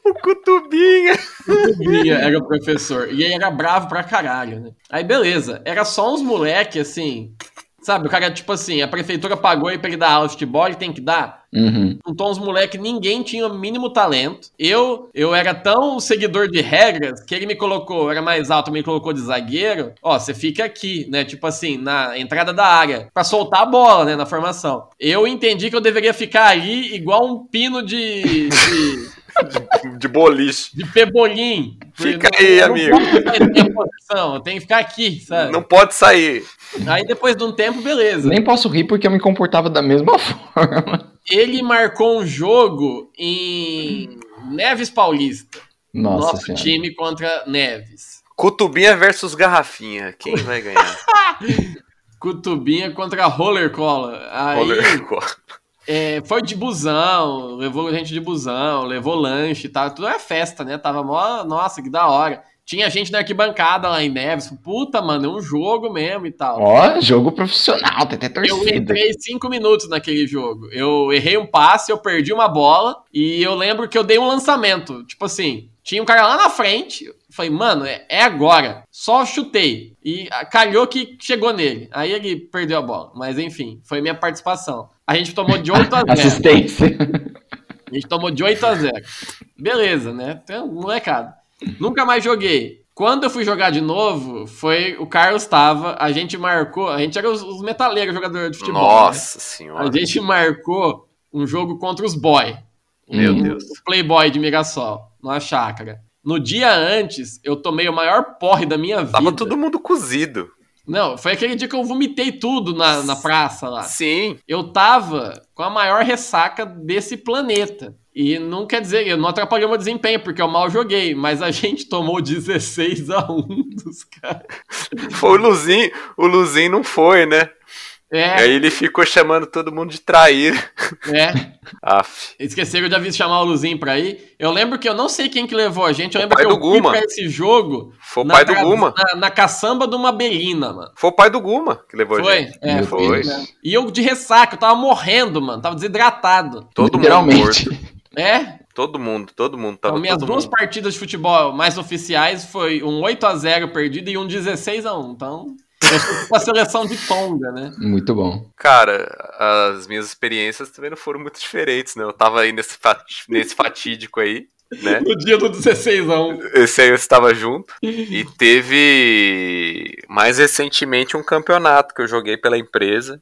Speaker 4: O cutubinha.
Speaker 2: Cutubinha era o professor. E ele era bravo pra caralho, né? Aí beleza, era só uns moleque, assim... Sabe, o cara, tipo assim, a prefeitura pagou ele pra ele dar aula de futebol, ele tem que dar.
Speaker 3: Uhum.
Speaker 2: Então os moleques, ninguém tinha o mínimo talento. Eu eu era tão seguidor de regras que ele me colocou, eu era mais alto, me colocou de zagueiro. Ó, você fica aqui, né? Tipo assim, na entrada da área, pra soltar a bola, né? Na formação. Eu entendi que eu deveria ficar ali igual um pino de, de,
Speaker 4: De boliche.
Speaker 2: de pebolim.
Speaker 4: Fica aí,
Speaker 2: Eu não um
Speaker 4: amigo.
Speaker 2: posso sair da minha posição, eu tenho que ficar aqui, sabe?
Speaker 4: Não pode sair.
Speaker 2: Aí depois de um tempo, beleza.
Speaker 3: Nem posso rir porque eu me comportava da mesma forma.
Speaker 2: Ele marcou um jogo em Neves Paulista.
Speaker 3: Nossa
Speaker 2: nosso
Speaker 3: senhora.
Speaker 2: time contra Neves.
Speaker 4: Cutubinha versus garrafinha. Quem vai ganhar?
Speaker 2: Cutubinha contra Roller Cola. Aí
Speaker 4: Roller-
Speaker 2: é, foi de busão, levou gente de busão, levou lanche, tava, tudo era festa, né? Tava mó, nossa, que da hora. Tinha gente na arquibancada lá em Neves. Puta, mano, é um jogo mesmo e tal.
Speaker 3: Ó, jogo profissional, tem até
Speaker 2: Eu
Speaker 3: torcida.
Speaker 2: entrei cinco minutos naquele jogo. Eu errei um passe, eu perdi uma bola e eu lembro que eu dei um lançamento. Tipo assim, tinha um cara lá na frente. eu Falei, mano, é, é agora. Só chutei. E ah, calhou que chegou nele. Aí ele perdeu a bola. Mas enfim, foi minha participação. A gente tomou de 8 a 0.
Speaker 3: Assistência.
Speaker 2: A gente tomou de 8 a 0. Beleza, né? Então, molecada. Nunca mais joguei. Quando eu fui jogar de novo, foi o Carlos tava, a gente marcou, a gente era os, os metaleiros jogadores de futebol. né?
Speaker 4: Nossa senhora.
Speaker 2: A gente marcou um jogo contra os boy.
Speaker 4: Meu
Speaker 2: Um-
Speaker 4: Deus.
Speaker 2: Os playboy de Mirassol, numa chácara. No dia antes, eu tomei o maior porre da minha vida.
Speaker 4: Tava todo mundo cozido.
Speaker 2: Não, foi aquele dia que eu vomitei tudo na, na praça lá.
Speaker 4: Sim.
Speaker 2: Eu tava com a maior ressaca desse planeta. E não quer dizer, eu não atrapalhou meu desempenho, porque eu mal joguei, mas a gente tomou 16 a 1 dos caras.
Speaker 4: Foi o Luzinho. O Luzinho não foi, né? E
Speaker 2: É,
Speaker 4: aí ele ficou chamando todo mundo de traíra.
Speaker 2: é.
Speaker 4: Aff.
Speaker 2: Esqueceram de avisar chamar o Luzinho pra ir. Eu lembro que eu não sei quem que levou a gente. Eu lembro
Speaker 4: pai
Speaker 2: que eu
Speaker 4: do Guma.
Speaker 2: pra esse jogo
Speaker 4: Foi o pai do
Speaker 2: tra-
Speaker 4: Guma.
Speaker 2: Na, na caçamba de uma belina, mano.
Speaker 4: Foi o pai do Guma que levou a
Speaker 2: Foi?
Speaker 4: gente.
Speaker 2: É,
Speaker 3: Meu
Speaker 4: foi.
Speaker 3: Deus.
Speaker 2: E eu de ressaca, eu tava morrendo, mano. Tava desidratado.
Speaker 4: Todo mundo
Speaker 3: Literalmente.
Speaker 4: morto.
Speaker 2: É?
Speaker 4: Todo mundo, todo mundo.
Speaker 2: Então,
Speaker 4: Tava
Speaker 2: minhas
Speaker 4: todo
Speaker 2: duas
Speaker 4: mundo.
Speaker 2: partidas de futebol mais oficiais foi um 8x0 perdido e um 16x1. Então, eu sou com a seleção de Tonga, né?
Speaker 3: Muito bom.
Speaker 4: Cara, as minhas experiências também não foram muito diferentes, né? Eu tava aí nesse, fa- nesse fatídico aí, né?
Speaker 2: No dia do 16x1.
Speaker 4: Esse aí eu estava junto. E teve mais recentemente um campeonato que eu joguei pela empresa.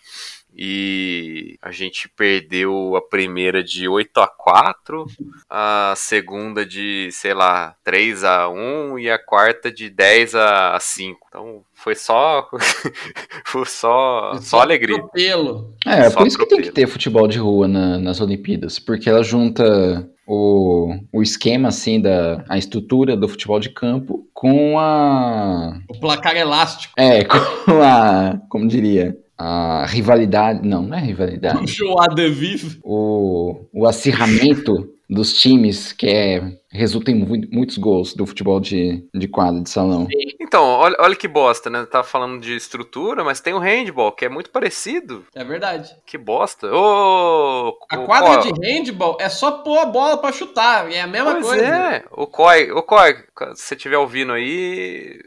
Speaker 4: E a gente perdeu a primeira de 8 a 4 a segunda de, sei lá, 3 a 1 e a quarta de 10 a 5 Então foi só. foi só,
Speaker 2: Uhum.
Speaker 4: só alegria.
Speaker 2: Pelo.
Speaker 3: É,
Speaker 4: Só
Speaker 3: por isso que tem que
Speaker 4: atropelo.
Speaker 3: ter futebol de rua na- nas Olimpíadas, porque ela junta o, o esquema, assim, da a estrutura do futebol de campo com a.
Speaker 2: O placar elástico.
Speaker 3: É, com a. Como diria? A rivalidade. Não, não é rivalidade.
Speaker 2: O show a de vivo.
Speaker 3: o, o acirramento dos times que é, resulta em mu- muitos gols do futebol de, de quadra, de salão.
Speaker 4: Então, olha, olha que bosta, né? Tá falando de estrutura, mas tem o handball, que é muito parecido.
Speaker 2: É verdade.
Speaker 4: Que bosta. Ô!
Speaker 2: A
Speaker 4: ô,
Speaker 2: quadra
Speaker 4: Coa,
Speaker 2: de handball é só pôr a bola pra chutar. É a mesma
Speaker 4: pois
Speaker 2: coisa.
Speaker 4: é. O Coy, o Coy, se você estiver ouvindo aí,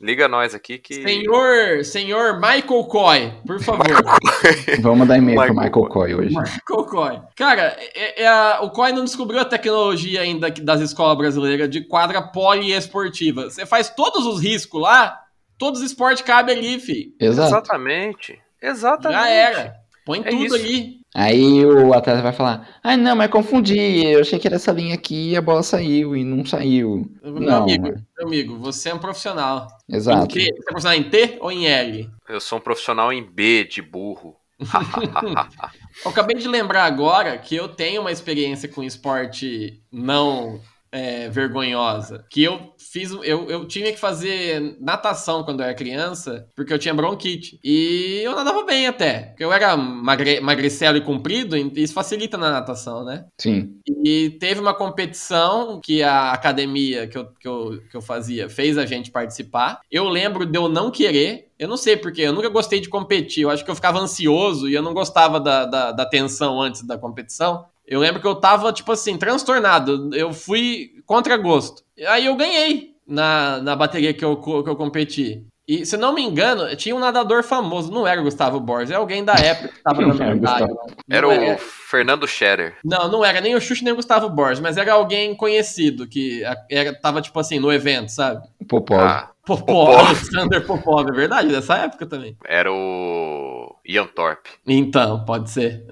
Speaker 4: liga nós aqui que.
Speaker 2: Senhor, senhor Michael Coy, por favor.
Speaker 3: Vamos mandar e-mail pro
Speaker 4: Michael
Speaker 3: Michael Coy hoje.
Speaker 2: Michael Coy. Cara, é- é a- o Coy não descobriu a tecnologia ainda que- das escolas brasileiras de quadra poliesportiva. Você faz todos os riscos lá, todos os esportes cabem ali, fi.
Speaker 3: Exato.
Speaker 4: Exatamente. Exatamente.
Speaker 2: Já era. Põe
Speaker 4: É
Speaker 2: tudo
Speaker 4: isso.
Speaker 2: ali.
Speaker 3: Aí o atleta vai falar: Ah, não, mas confundi. Eu achei que era essa linha aqui e a bola saiu e não saiu.
Speaker 2: Meu
Speaker 3: Não,
Speaker 2: amigo,
Speaker 3: é.
Speaker 2: meu amigo, você é um profissional. Em
Speaker 3: Exato.
Speaker 2: T, você é profissional em T ou em L?
Speaker 4: Eu sou um profissional em B de burro.
Speaker 2: Eu acabei de lembrar agora que eu tenho uma experiência com esporte não é, vergonhosa. Que eu fiz. Eu, eu tinha que fazer natação quando eu era criança, porque eu tinha bronquite. E eu nadava bem até. Porque eu era magre, magricelo e comprido, e isso facilita na natação, né?
Speaker 3: Sim.
Speaker 2: E teve uma competição que a academia que eu, que eu, que eu fazia fez a gente participar. Eu lembro de eu não querer. Eu não sei porque eu nunca gostei de competir. Eu acho que eu ficava ansioso e eu não gostava da, da, da tensão antes da competição. Eu lembro que eu tava, tipo assim, transtornado. Eu fui contra gosto. Aí eu ganhei na, na bateria que eu, co- que eu competi. E, se não me engano, tinha um nadador famoso. Não era o Gustavo Borges, é alguém da época que tava
Speaker 3: Não
Speaker 2: na
Speaker 3: era o
Speaker 2: medalha.
Speaker 4: Era
Speaker 2: Não
Speaker 4: o Fernando Scherer.
Speaker 2: não, não era nem o Xuxa nem o Gustavo Borges, mas era alguém conhecido que a- era, tava, tipo assim, no evento, sabe?
Speaker 3: Popov.
Speaker 4: Ah,
Speaker 2: Popov,
Speaker 4: Popov.
Speaker 2: Alexander Popov, é verdade, dessa época também.
Speaker 4: era o Ian Thorpe.
Speaker 2: Então, pode ser.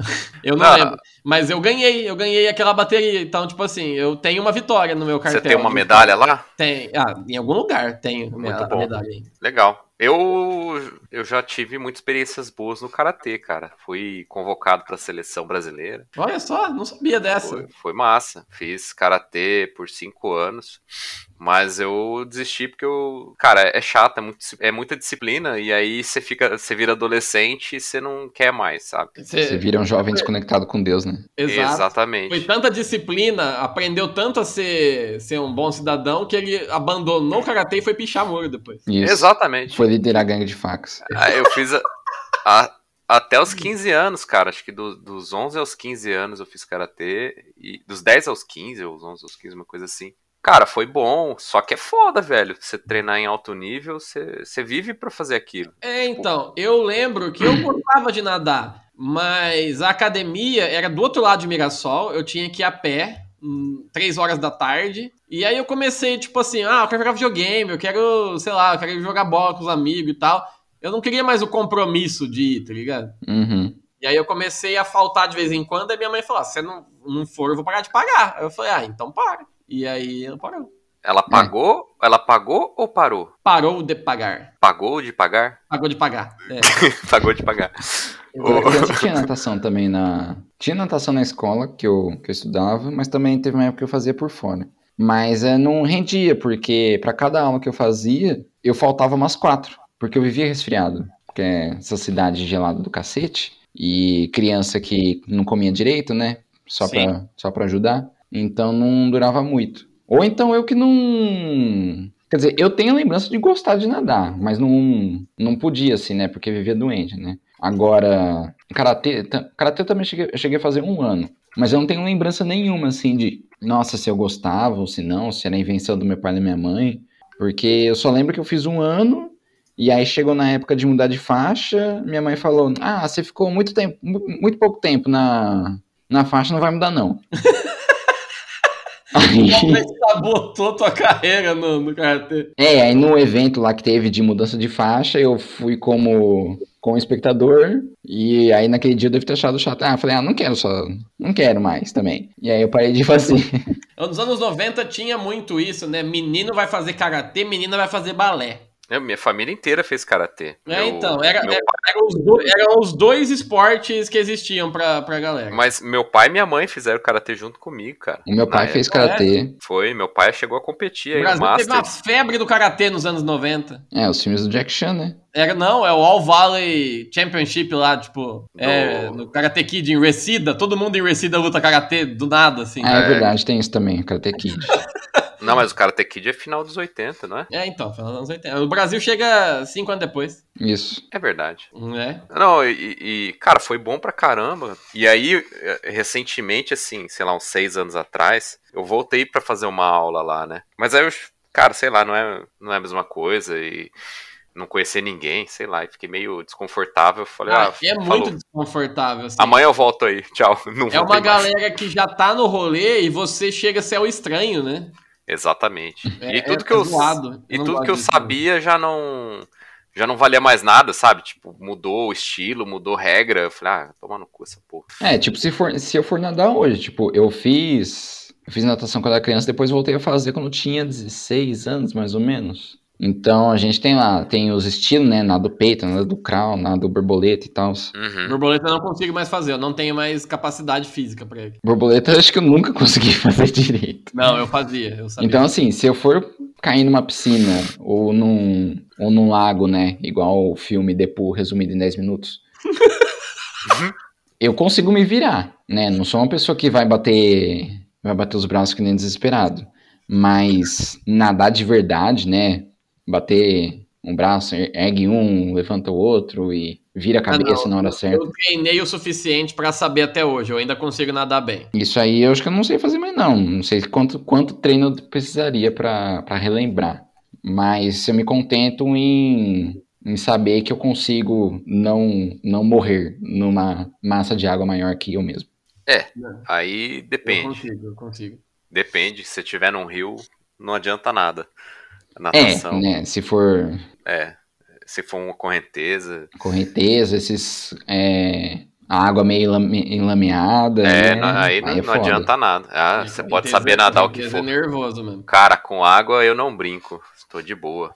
Speaker 2: Eu não
Speaker 4: Ah.
Speaker 2: lembro. Mas eu ganhei, eu ganhei aquela bateria. Então, tipo assim, eu tenho uma vitória no meu
Speaker 4: Você
Speaker 2: cartel.
Speaker 4: tem uma medalha lá?
Speaker 2: Tem. Ah, em algum lugar tenho a,
Speaker 4: Muito
Speaker 2: a
Speaker 4: bom.
Speaker 2: medalha. aí.
Speaker 4: Legal. Eu, eu já tive muitas experiências boas no karatê, cara. Fui convocado para a seleção brasileira.
Speaker 2: Olha só, não sabia dessa.
Speaker 4: Foi, foi massa. Fiz karatê por cinco anos. Mas eu desisti porque eu. Cara, é chato, é, muito- é muita disciplina. E aí você fica. Você vira adolescente e você não quer mais, sabe?
Speaker 2: Você-
Speaker 3: Você vira um jovem desconectado com Deus, né?
Speaker 2: exato.
Speaker 4: Exatamente.
Speaker 2: Foi tanta disciplina, aprendeu tanto a ser, ser um bom cidadão que ele abandonou o karatê e foi pichar muro depois.
Speaker 3: Isso.
Speaker 4: Exatamente.
Speaker 3: Foi liderar a gangue de facas.
Speaker 4: Ah, Eu fiz a- a- até os 15 anos, cara. Acho que do- dos 11 aos 15 anos eu fiz karatê. E dos 10 aos 15, ou os 11 aos 15, uma coisa assim. Cara, foi bom. Só que é foda, velho. Você treinar em alto nível, você, você vive pra fazer aquilo.
Speaker 2: É, então, eu lembro que eu gostava de nadar, mas a academia era do outro lado de Mirassol, eu tinha que ir a pé, hum, três horas da tarde, e aí eu comecei, tipo assim, ah, eu quero jogar videogame, eu quero, sei lá, eu quero jogar bola com os amigos e tal. Eu não queria mais o compromisso de ir, tá ligado?
Speaker 3: Uhum.
Speaker 2: E aí eu comecei a faltar de vez em quando, e minha mãe falou, ah, se você não, não for, eu vou parar de pagar. Aí eu falei, ah, então para. E aí eu parou.
Speaker 4: Ela pagou? Ela pagou ou parou?
Speaker 2: Parou de pagar.
Speaker 4: Pagou de pagar?
Speaker 2: Pagou de pagar. É.
Speaker 4: pagou de pagar.
Speaker 3: Quando era criança tinha natação também na. Tinha natação na escola que eu, que eu estudava, mas também teve uma época que eu fazia por fora. Mas eh, não rendia, porque para cada aula que eu fazia, eu faltava umas quatro. Porque eu vivia resfriado. Porque é essa cidade gelada do cacete. E criança que não comia direito, né? Só
Speaker 2: Sim.
Speaker 3: pra, só pra ajudar. Então não durava muito. Ou então eu que não. Quer dizer, eu tenho a lembrança de gostar de nadar, mas não, não podia, assim, né? Porque vivia doente, né? Agora, karatê, ta- karatê eu também cheguei, eu cheguei a fazer um ano. Mas eu não tenho lembrança nenhuma, assim, de nossa, se eu gostava ou se não, se era invenção do meu pai e da minha mãe. Porque eu só lembro que eu fiz um ano e aí chegou na época de mudar de faixa, minha mãe falou: Ah, você ficou muito tempo, mu- muito pouco tempo na, na faixa, não vai mudar, não. aí,
Speaker 2: Mas sabotou tua carreira no, no karatê.
Speaker 3: é, aí no evento lá que teve de mudança de faixa, eu fui como, como espectador, e aí naquele dia eu devo ter achado chato. Ah, falei, ah, não quero só, não quero mais também. E aí eu parei de fazer.
Speaker 2: Nos anos 90 tinha muito isso, né? Menino vai fazer karatê, menina vai fazer balé.
Speaker 4: É, Minha família inteira fez karatê.
Speaker 2: É,
Speaker 4: Meu-
Speaker 2: então, era,
Speaker 4: meu
Speaker 2: era- eram os do- eram os dois esportes que existiam pra, pra galera.
Speaker 4: Mas meu pai e minha mãe fizeram karatê junto comigo, cara.
Speaker 3: O meu
Speaker 4: Na
Speaker 3: pai
Speaker 4: época.
Speaker 3: fez karatê.
Speaker 4: Foi, meu pai chegou a competir
Speaker 2: o
Speaker 4: aí no
Speaker 2: Brasil teve uma
Speaker 4: Masters.
Speaker 2: febre do karatê nos anos 90.
Speaker 3: É, os filmes do Jack Chan, né?
Speaker 2: Era, não, é o All Valley Championship lá, tipo, é,
Speaker 4: Do-
Speaker 2: no Karate Kid em Reseda, todo mundo em Reseda luta karatê do nada, assim.
Speaker 3: Ah, é,
Speaker 4: É.
Speaker 3: verdade, tem isso também, Karate Kid.
Speaker 4: Não, mas o Karate Kid é final dos 80, não é?
Speaker 2: É, então, final dos anos 80. O Brasil chega cinco anos depois,
Speaker 3: Isso.
Speaker 4: É verdade.
Speaker 2: né?
Speaker 4: Não, e, e, cara, foi bom pra caramba. E aí, eh, recentemente, assim, sei lá, uns seis anos atrás, eu voltei pra fazer uma aula lá, né? Mas aí eu, cara, sei lá, não é, não é a mesma coisa e não conhecer ninguém, sei lá, e fiquei meio desconfortável. Falei, ah,
Speaker 2: Ah, é muito
Speaker 4: falou.
Speaker 2: desconfortável, assim.
Speaker 4: Amanhã eu volto aí, tchau. Não
Speaker 2: É
Speaker 4: voltei
Speaker 2: uma
Speaker 4: mais.
Speaker 2: galera que já tá no rolê e você chega a ser o estranho, né?
Speaker 4: Exatamente.
Speaker 2: É,
Speaker 4: e tudo
Speaker 2: é
Speaker 4: que eu
Speaker 2: zoado.
Speaker 4: E
Speaker 2: não
Speaker 4: tudo
Speaker 2: gosto
Speaker 4: que eu
Speaker 2: disso.
Speaker 4: sabia já não já não valia mais nada, sabe? Tipo, mudou o estilo, mudou regra. Eu falei, ah, toma no cu essa porra.
Speaker 3: É, tipo, se, for, se eu for nadar hoje, tipo, eu fiz. Eu fiz natação quando era criança, depois voltei a fazer quando eu tinha 16 anos, mais ou menos. Então a gente tem lá, tem os estilos, né? Nado peito, nado crawl, nado borboleta e tal.
Speaker 4: Uhum.
Speaker 2: Borboleta eu não consigo mais fazer, eu não tenho mais capacidade física pra ele.
Speaker 3: Borboleta eu acho que eu nunca consegui fazer direito.
Speaker 2: Não, eu fazia, eu sabia.
Speaker 3: Então, assim, se eu for cair numa piscina ou num, ou num lago, né? Igual o filme Deadpool resumido em 10 minutos. eu consigo me virar, né? Não sou uma pessoa que vai bater, vai bater os braços que nem desesperado. Mas nadar de verdade, né? Bater um braço, ergue um, levanta o outro e vira a
Speaker 2: Ah, não.
Speaker 3: cabeça na hora certa.
Speaker 2: Eu treinei o suficiente pra saber até hoje, eu ainda consigo nadar bem.
Speaker 3: Isso aí eu acho que eu não sei fazer mais, não. Não sei quanto, quanto treino eu precisaria pra pra relembrar. Mas eu me contento em, em saber que eu consigo não, não morrer numa massa de água maior que eu mesmo.
Speaker 4: Aí
Speaker 2: Eu
Speaker 4: depende.
Speaker 2: consigo, eu consigo.
Speaker 4: Depende. Se você tiver num rio, não adianta nada. A
Speaker 3: É,
Speaker 4: natação.
Speaker 3: né? Se for
Speaker 4: É. Se for uma correnteza.
Speaker 3: correnteza, esses. é, a água meio lame- enlameada.
Speaker 4: É,
Speaker 3: né?
Speaker 4: não- aí, não, não
Speaker 3: foda.
Speaker 4: adianta nada. Ah,
Speaker 2: É,
Speaker 4: você
Speaker 2: com
Speaker 4: pode
Speaker 2: certeza-
Speaker 4: saber nadar o que
Speaker 2: certeza
Speaker 4: for.
Speaker 2: É nervoso mesmo.
Speaker 4: Cara, com água eu não brinco. Estou de boa.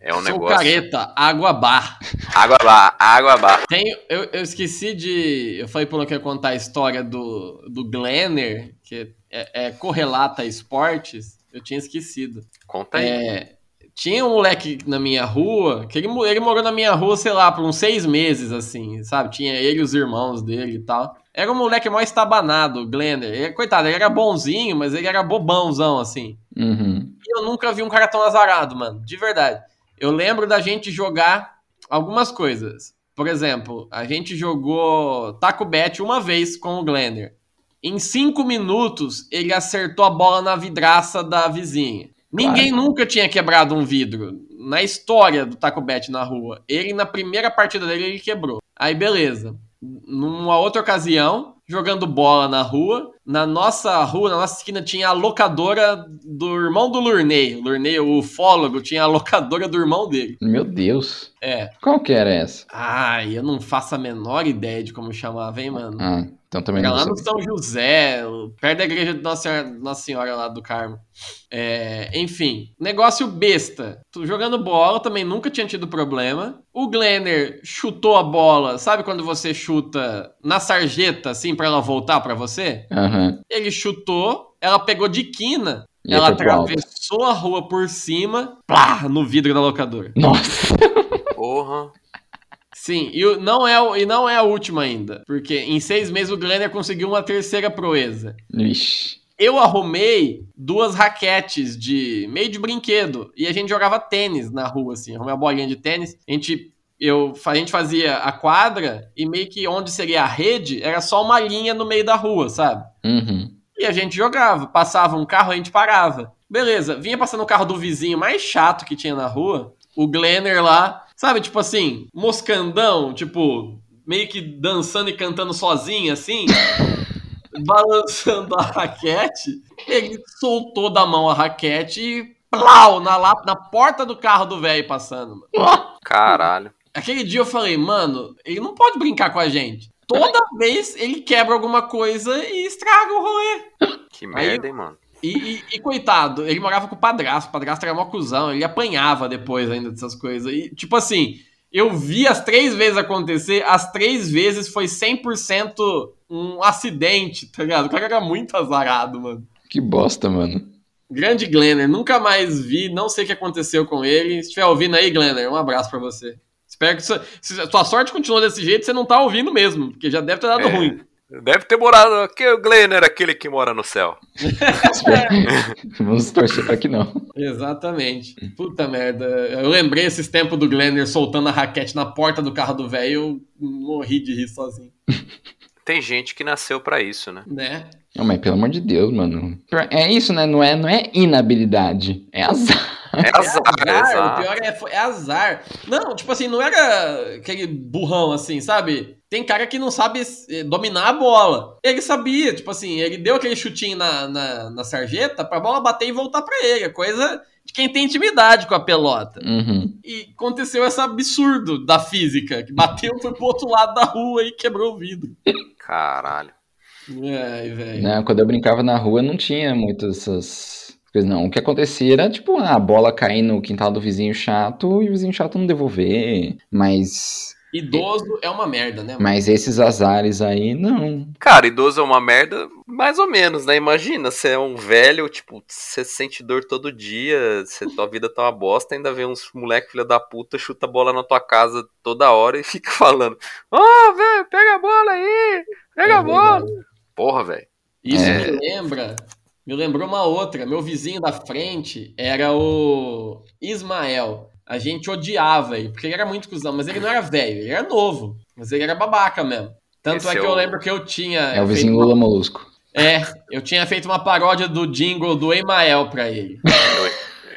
Speaker 4: É um
Speaker 2: Sou
Speaker 4: negócio.
Speaker 2: careta, água bar.
Speaker 4: Água lá, água lá.
Speaker 2: Tem, eu, eu esqueci de. Eu falei pra eu não querer contar a história do, do Glenner, que é, é correlata a esportes. Eu tinha esquecido.
Speaker 4: Conta Tá aí.
Speaker 2: É, tinha um moleque na minha rua, que ele, mo- ele morou na minha rua, sei lá, por uns seis meses, assim, sabe? Tinha ele e os irmãos dele e tal. Era um moleque mó estabanado, o Glender. Ele- coitado, ele era bonzinho, mas ele era bobãozão, assim.
Speaker 3: Uhum.
Speaker 2: E eu nunca vi um cara tão azarado, mano, de verdade. Eu lembro da gente jogar algumas coisas. Por exemplo, a gente jogou Taco Bet uma vez com o Glender. Em cinco minutos, ele acertou a bola na vidraça da vizinha. Ninguém nunca tinha quebrado um vidro na história do Taco Bet na rua. Ele, na primeira partida dele, ele quebrou. Aí, beleza. Numa outra ocasião, jogando bola na rua, na nossa rua, na nossa esquina, tinha a locadora do irmão do Lurney. O Lurney, o ufólogo, tinha a locadora do irmão dele.
Speaker 3: Meu Deus.
Speaker 2: É.
Speaker 3: Qual que era essa?
Speaker 2: Ai, Ah, eu não faço a menor ideia de como chamava, hein, mano?
Speaker 3: Ah, então também
Speaker 2: Era
Speaker 3: não
Speaker 2: lá
Speaker 3: sei.
Speaker 2: no São José, perto da igreja de Nossa Senhora, Nossa Senhora lá do Carmo. É, enfim, negócio besta. Tu jogando bola também nunca tinha tido problema. O Glenner chutou a bola, sabe quando você chuta na sarjeta assim pra ela voltar pra você?
Speaker 3: Aham.
Speaker 2: Ele chutou, ela pegou de quina,
Speaker 3: E aí
Speaker 2: ela
Speaker 3: foi pro alto.
Speaker 2: atravessou a rua por cima, plá, no vidro da locadora.
Speaker 3: Nossa.
Speaker 4: Porra.
Speaker 2: Sim, e o- não é o- e não é a última ainda, porque em seis meses o Glenner conseguiu uma terceira proeza.
Speaker 3: Vixe.
Speaker 2: Eu arrumei duas raquetes de meio de brinquedo e a gente jogava tênis na rua, assim. Arrumei uma bolinha de tênis, a gente eu, a gente fazia a quadra e meio que onde seria a rede era só uma linha no meio da rua, sabe?
Speaker 3: Uhum.
Speaker 2: E a gente jogava, passava um carro, a gente parava. Beleza, vinha passando o carro do vizinho mais chato que tinha na rua, o Glenner lá, sabe, tipo assim, moscandão, tipo, meio que dançando e cantando sozinho, assim, balançando a raquete. Ele soltou da mão a raquete e plau, na, lap- na porta do carro do velho passando, mano.
Speaker 4: Caralho.
Speaker 2: Aquele dia eu falei, mano, ele não pode brincar com a gente. Toda vez ele quebra alguma coisa e estraga o rolê.
Speaker 4: Que merda, hein, mano.
Speaker 2: E, e- e coitado, ele morava com o padrasto, o padrasto era mó cuzão, ele apanhava depois ainda dessas coisas. E, tipo assim, eu vi as três vezes acontecer, as três vezes foi 100% um acidente, tá ligado? O cara era muito azarado, mano.
Speaker 3: Que bosta, mano.
Speaker 2: Grande Glenner, nunca mais vi, não sei o que aconteceu com ele. Se estiver ouvindo aí, Glenner, um abraço pra você. Espero que sua, se a sua sorte continua desse jeito, você não tá ouvindo mesmo, porque já deve ter dado
Speaker 4: É.
Speaker 2: ruim.
Speaker 4: Deve ter morado. Aqui, o Glenn era aquele que mora no céu.
Speaker 3: Vamos torcer pra que não.
Speaker 2: Exatamente. Puta merda. Eu lembrei esses tempos do Glenner soltando a raquete na porta do carro do velho, eu morri de rir sozinho,
Speaker 4: Tem gente que nasceu pra isso, né?
Speaker 2: né?
Speaker 3: Não, mas pelo amor de Deus, mano. Pra- É isso, né? Não é, não é inabilidade. É azar.
Speaker 4: É azar, é
Speaker 2: o
Speaker 4: azar.
Speaker 2: pior é, foi- é azar. Não, tipo assim, não era aquele burrão assim, sabe? Tem cara que não sabe eh, dominar a bola. Ele sabia, tipo assim, ele deu aquele chutinho na, na, na sarjeta pra bola bater e voltar pra ele. É coisa de quem tem intimidade com a pelota.
Speaker 3: Uhum.
Speaker 2: E aconteceu esse absurdo da física, que bateu foi pro outro lado da rua e quebrou o vidro.
Speaker 4: Caralho.
Speaker 2: Ai, velho.
Speaker 3: Né, quando eu brincava na rua, não tinha muitas essas coisas, não. O que acontecia era, tipo, a bola cair no quintal do vizinho chato e o vizinho chato não devolver. Mas,
Speaker 2: Idoso é uma merda, né? mano?
Speaker 3: mas esses azares aí, não.
Speaker 4: Cara, idoso é uma merda, mais ou menos, né? Imagina, você é um velho, tipo, você sente dor todo dia, você, tua vida tá uma bosta, ainda vem uns moleque filha da puta, chuta a bola na tua casa toda hora e fica falando: Ô, velho, pega a bola aí, pega a
Speaker 2: É
Speaker 4: bola.
Speaker 2: verdade.
Speaker 4: Porra, velho.
Speaker 2: Isso
Speaker 3: É.
Speaker 2: me lembra. Me lembrou uma outra. Meu vizinho da frente era o Ismael. A gente odiava ele, porque ele era muito cuzão, mas ele não era velho, ele era novo. Mas ele era babaca mesmo. Tanto
Speaker 4: Esse
Speaker 2: é
Speaker 4: é
Speaker 2: que eu
Speaker 4: o-
Speaker 2: lembro que eu tinha.
Speaker 3: É
Speaker 2: feito
Speaker 3: o vizinho
Speaker 2: uma-
Speaker 3: Lula Molusco.
Speaker 2: É, eu tinha feito uma paródia do jingle do Emael pra ele.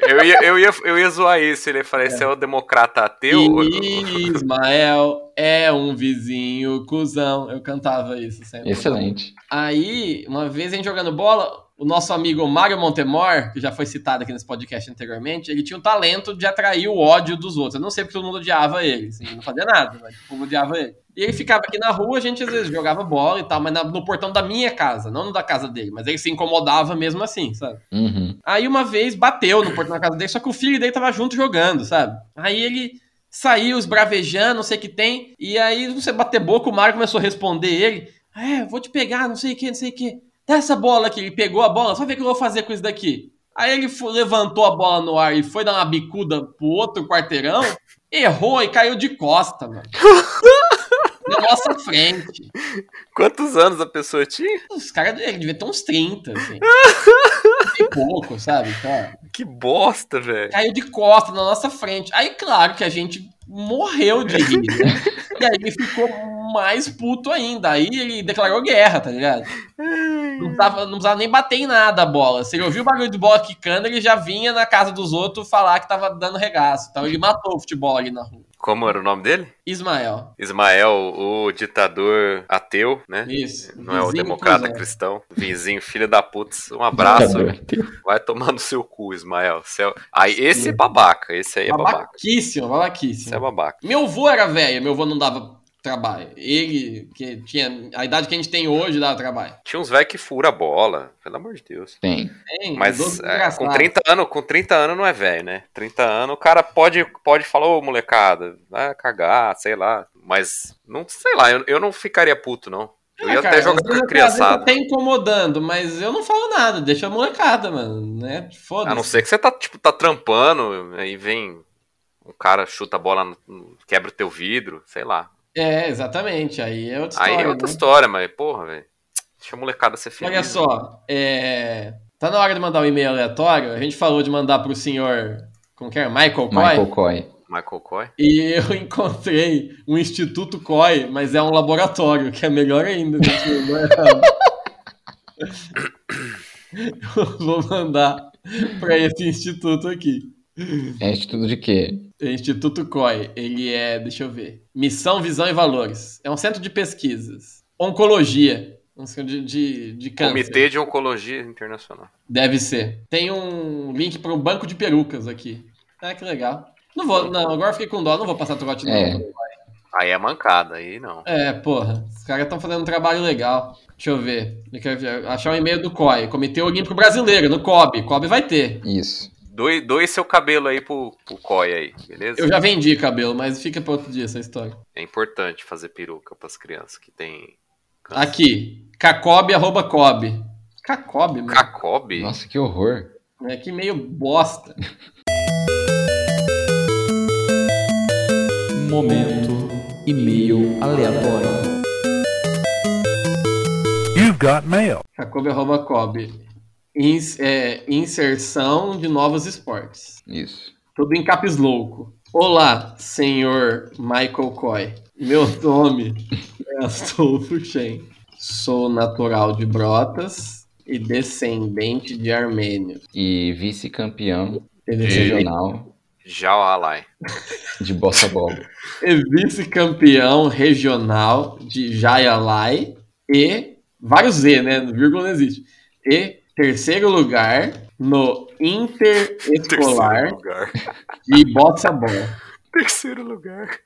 Speaker 4: Eu ia, eu, ia, eu ia zoar isso, ele ia falar: esse é o democrata ateu?
Speaker 2: E Ismael é um vizinho cuzão. Eu cantava isso sempre.
Speaker 3: Excelente.
Speaker 2: Aí, uma vez a gente jogando bola, o nosso amigo Mário Montemor, que já foi citado aqui nesse podcast anteriormente, ele tinha o talento de atrair o ódio dos outros. Eu não sei porque todo mundo odiava ele, assim, não fazia nada, mas o povo odiava ele. E ele ficava aqui na rua, a gente às vezes jogava bola e tal, mas na- no portão da minha casa, não no da casa dele. Mas ele se incomodava mesmo assim, sabe?
Speaker 3: Uhum.
Speaker 2: Aí uma vez bateu no portão da casa dele, só que o filho dele tava junto jogando, sabe? Aí ele saiu esbravejando, não sei o que tem, e aí não sei, bater boca, o Mário começou a responder ele, é, vou te pegar, não sei o que, não sei o que. Dá essa bola aqui, ele pegou a bola, só ver o que eu vou fazer com isso daqui. Aí ele fo- levantou a bola no ar e foi dar uma bicuda pro outro quarteirão, errou e caiu de costa, mano. Na nossa frente.
Speaker 4: Quantos anos a pessoa tinha?
Speaker 2: Os caras, ele devia ter uns 30, assim. E pouco, sabe? Então,
Speaker 4: Que bosta, velho.
Speaker 2: caiu de costas na nossa frente. Aí, claro que a gente morreu de rir. né? e aí ele ficou mais puto ainda. Aí ele declarou guerra, tá ligado? Não precisava, não precisava nem bater em nada a bola. Se ele ouviu o barulho de bola quicando, ele já vinha na casa dos outros falar que tava dando regaço. Então ele matou o futebol ali na rua.
Speaker 4: Como era o nome dele?
Speaker 2: Ismael.
Speaker 4: Ismael, o ditador ateu, né?
Speaker 2: Isso.
Speaker 4: Não é o
Speaker 2: Vizinho
Speaker 4: democrata
Speaker 2: cuzão.
Speaker 4: cristão. Vizinho, filho da putz. Um abraço.
Speaker 3: Ditador ateu.
Speaker 4: Vai tomar no seu cu, Ismael. Céu. Aí, esse é babaca. Esse aí é babaca.
Speaker 2: Babaquíssimo,
Speaker 4: Esse é
Speaker 2: babaquíssimo.
Speaker 4: babaca.
Speaker 2: Meu avô era velho, meu avô não dava trabalho. Ele, que tinha a idade que a gente tem hoje, dava trabalho.
Speaker 4: Tinha uns velhos que fura a bola. Pelo amor de Deus.
Speaker 3: Tem.
Speaker 2: Tem,
Speaker 4: Mas
Speaker 2: idoso
Speaker 4: é, com
Speaker 2: desgraçado.
Speaker 4: 30 anos, com 30 anos não é velho, né? 30 anos o cara pode, pode falar, ô molecada, vai cagar, sei lá. Mas, não sei lá, eu, eu não ficaria puto, não. Eu
Speaker 2: É,
Speaker 4: ia
Speaker 2: cara,
Speaker 4: até jogar
Speaker 2: às
Speaker 4: com a
Speaker 2: vezes eu- às vezes
Speaker 4: criançada.
Speaker 2: eu Tá incomodando, mas eu não falo nada, deixa a molecada, mano, né? Foda-se.
Speaker 4: A não ser que você tá, tipo, tá trampando, aí vem um cara, chuta a bola, no- no- quebra o teu vidro, sei lá.
Speaker 2: É, exatamente, aí é outra
Speaker 4: Aí
Speaker 2: história,
Speaker 4: é outra
Speaker 2: né?
Speaker 4: história, mas porra, velho. Deixa a molecada ser feliz.
Speaker 2: Olha só, é, tá na hora de mandar um e-mail aleatório, a gente falou de mandar pro senhor, como que é, Michael Coy?
Speaker 3: Michael Coy.
Speaker 4: Michael Coy.
Speaker 2: E eu encontrei um Instituto COI, mas é um laboratório, que é melhor ainda. gente, não é errado. eu vou mandar para esse instituto aqui.
Speaker 3: É instituto de quê?
Speaker 2: O Instituto COI, ele é, deixa eu ver, Missão, Visão e Valores. É um centro de pesquisas. Oncologia, um centro de, de, de câncer.
Speaker 4: Comitê de Oncologia Internacional.
Speaker 2: Deve ser. Tem um link para um banco de perucas aqui. Ah, que legal. Não vou, não, agora eu fiquei com dó, não vou passar trote não.
Speaker 3: É.
Speaker 4: Aí é mancada, aí não.
Speaker 2: É, porra, os caras estão fazendo um trabalho legal. Deixa eu ver, eu quero ver, achar um e-mail do COI, Comitê Olímpico Brasileiro, no COB, COB vai ter.
Speaker 3: Isso.
Speaker 4: Doe, doe seu cabelo aí pro, pro COI aí, beleza?
Speaker 2: Eu já vendi cabelo, mas fica para outro dia essa história.
Speaker 4: É importante fazer peruca pras crianças que tem câncer.
Speaker 2: Aqui, cacob, arroba cob. Cacob, mano.
Speaker 4: Cacob?
Speaker 3: Nossa, que horror.
Speaker 2: É que meio bosta.
Speaker 5: Momento e-mail aleatório.
Speaker 6: You've got mail.
Speaker 2: Cacob, arroba cob. Ins- é, inserção de novos esportes.
Speaker 3: Isso.
Speaker 2: Tudo em caps louco. Olá, senhor Michael Coy. Meu nome é Astolfo Shen. Sou natural de Brotas e descendente de armênios.
Speaker 3: E vice-campeão
Speaker 2: Ele
Speaker 3: é regional
Speaker 4: Já o Alai.
Speaker 3: de bossa bola.
Speaker 2: é vice-campeão regional de Jayalai e vários Z, né? Vírgula não existe. E terceiro lugar no Interescolar
Speaker 4: Terceiro lugar.
Speaker 2: de Bossa Bola.
Speaker 4: Terceiro lugar.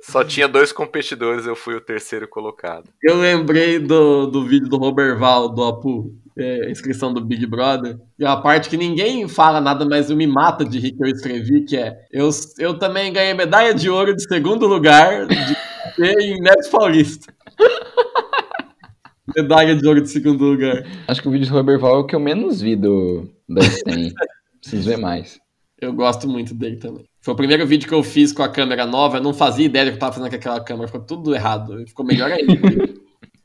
Speaker 4: Só tinha dois competidores, eu fui o terceiro colocado.
Speaker 2: Eu lembrei do, do vídeo do Roberval, do Apu, é, inscrição do Big Brother, e a parte que ninguém fala nada, mas eu me mata de rir que eu escrevi, que é eu, eu também ganhei medalha de ouro de segundo lugar de, em Neto Paulista. medalha de ouro de segundo lugar.
Speaker 3: Acho que o vídeo do Roberval é o que eu menos vi do da Sten. Preciso ver mais.
Speaker 2: Eu gosto muito dele também. Foi o primeiro vídeo que eu fiz com a câmera nova, eu não fazia ideia do que eu tava fazendo com aquela câmera, ficou tudo errado. Ficou melhor ainda.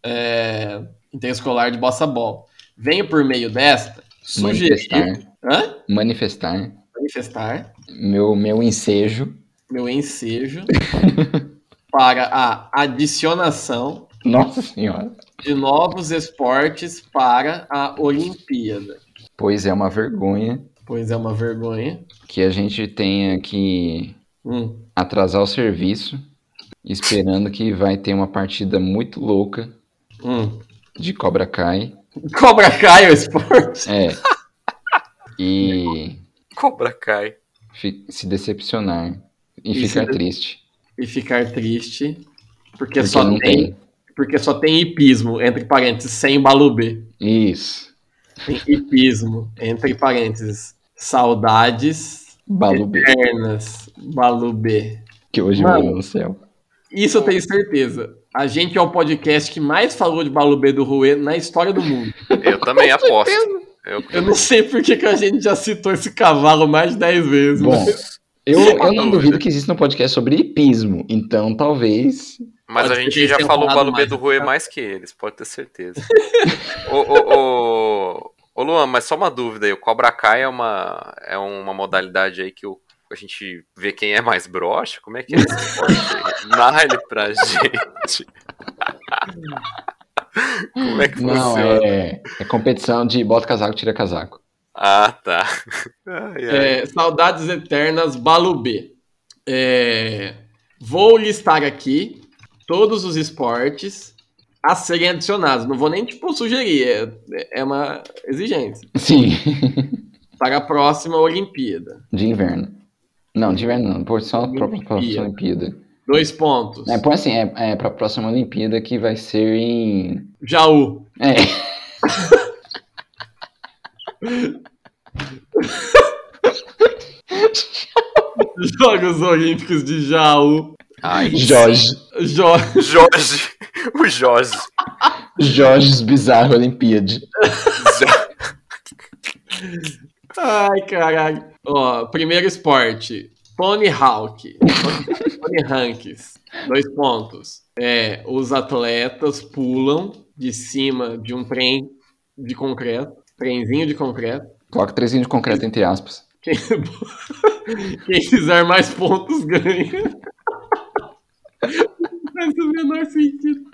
Speaker 2: é, Interescolar de Bossa Ball. Venho por meio desta sugerir.
Speaker 3: Manifestar.
Speaker 2: Hã?
Speaker 3: Manifestar
Speaker 2: Manifestar
Speaker 3: meu, meu ensejo.
Speaker 2: meu ensejo para a adicionação
Speaker 3: Nossa senhora.
Speaker 2: de novos esportes para a Olimpíada.
Speaker 3: Pois é uma vergonha
Speaker 2: Pois é uma vergonha.
Speaker 3: que a gente tenha que
Speaker 2: Hum.
Speaker 3: atrasar o serviço, esperando que vai ter uma partida muito louca
Speaker 2: Hum.
Speaker 3: de Cobra Kai.
Speaker 2: Cobra Kai é o esporte.
Speaker 3: É. E
Speaker 4: Cobra Kai.
Speaker 3: fi- se decepcionar e
Speaker 2: Isso
Speaker 3: ficar
Speaker 2: mesmo.
Speaker 3: triste.
Speaker 2: E ficar triste. Porque,
Speaker 3: Porque
Speaker 2: só
Speaker 3: não
Speaker 2: tem
Speaker 3: tem.
Speaker 2: Porque só tem hipismo, entre parênteses, sem balubê.
Speaker 3: Isso.
Speaker 2: Tem hipismo, entre parênteses. Saudades
Speaker 3: Balubê,
Speaker 2: eternas, balubê.
Speaker 3: que hoje
Speaker 2: Mano.
Speaker 3: morou no céu.
Speaker 2: Isso eu tenho certeza. A gente é o podcast que mais falou de balubê do Ruê na história do mundo.
Speaker 4: Eu também aposto. Eu,
Speaker 2: Eu não sei por que que a gente já citou esse cavalo mais de 10 vezes.
Speaker 3: Bom,
Speaker 2: mas-
Speaker 3: eu,
Speaker 4: Sem
Speaker 3: eu não
Speaker 4: dúvida.
Speaker 3: duvido que exista um podcast sobre hipismo, então talvez.
Speaker 4: mas a
Speaker 2: Pode
Speaker 4: gente
Speaker 2: ter
Speaker 4: já
Speaker 2: sido
Speaker 4: falou o
Speaker 2: falado
Speaker 4: Balubê
Speaker 2: mais. tá?
Speaker 4: do Rui mais que eles, pode ter certeza. ô, ô, ô, ô, Luan, mas só uma dúvida aí. O Cobra Kai é uma, é uma modalidade aí que o- a gente vê quem é mais broxa? Como é que é esse esporte? aí? Narra ele pra gente. Como é que
Speaker 3: Não,
Speaker 4: funciona?
Speaker 3: é, é competição de bota casaco, tira casaco.
Speaker 4: Ah, tá. Ai, ai.
Speaker 2: É, saudades eternas, Balubê. É, vou listar aqui todos os esportes a serem adicionados. Não vou nem, tipo, sugerir. É, é uma exigência.
Speaker 3: Sim,
Speaker 2: Para a próxima Olimpíada.
Speaker 3: de inverno. Não, de inverno não, pô, só pra, pra próxima Olimpíada.
Speaker 2: Dois pontos.
Speaker 3: É, pô, assim, é, é pra próxima Olimpíada que vai ser em.
Speaker 2: Jaú.
Speaker 3: É,
Speaker 2: Jogos Olímpicos de Jaú.
Speaker 4: Ai,
Speaker 3: Jorge.
Speaker 2: Jo-
Speaker 4: Jorge. O Jorge.
Speaker 3: Jorge Bizarro Olimpíade.
Speaker 2: Ai, caralho. Ó, primeiro esporte. Tony Hawk. Tony Hanks. Dois pontos. É, os atletas pulam de cima de um trem de concreto. Trenzinho de concreto.
Speaker 3: Coloca trezinho de concreto entre aspas.
Speaker 2: Quem, Quem fizer mais pontos ganha. Não faz o menor sentido.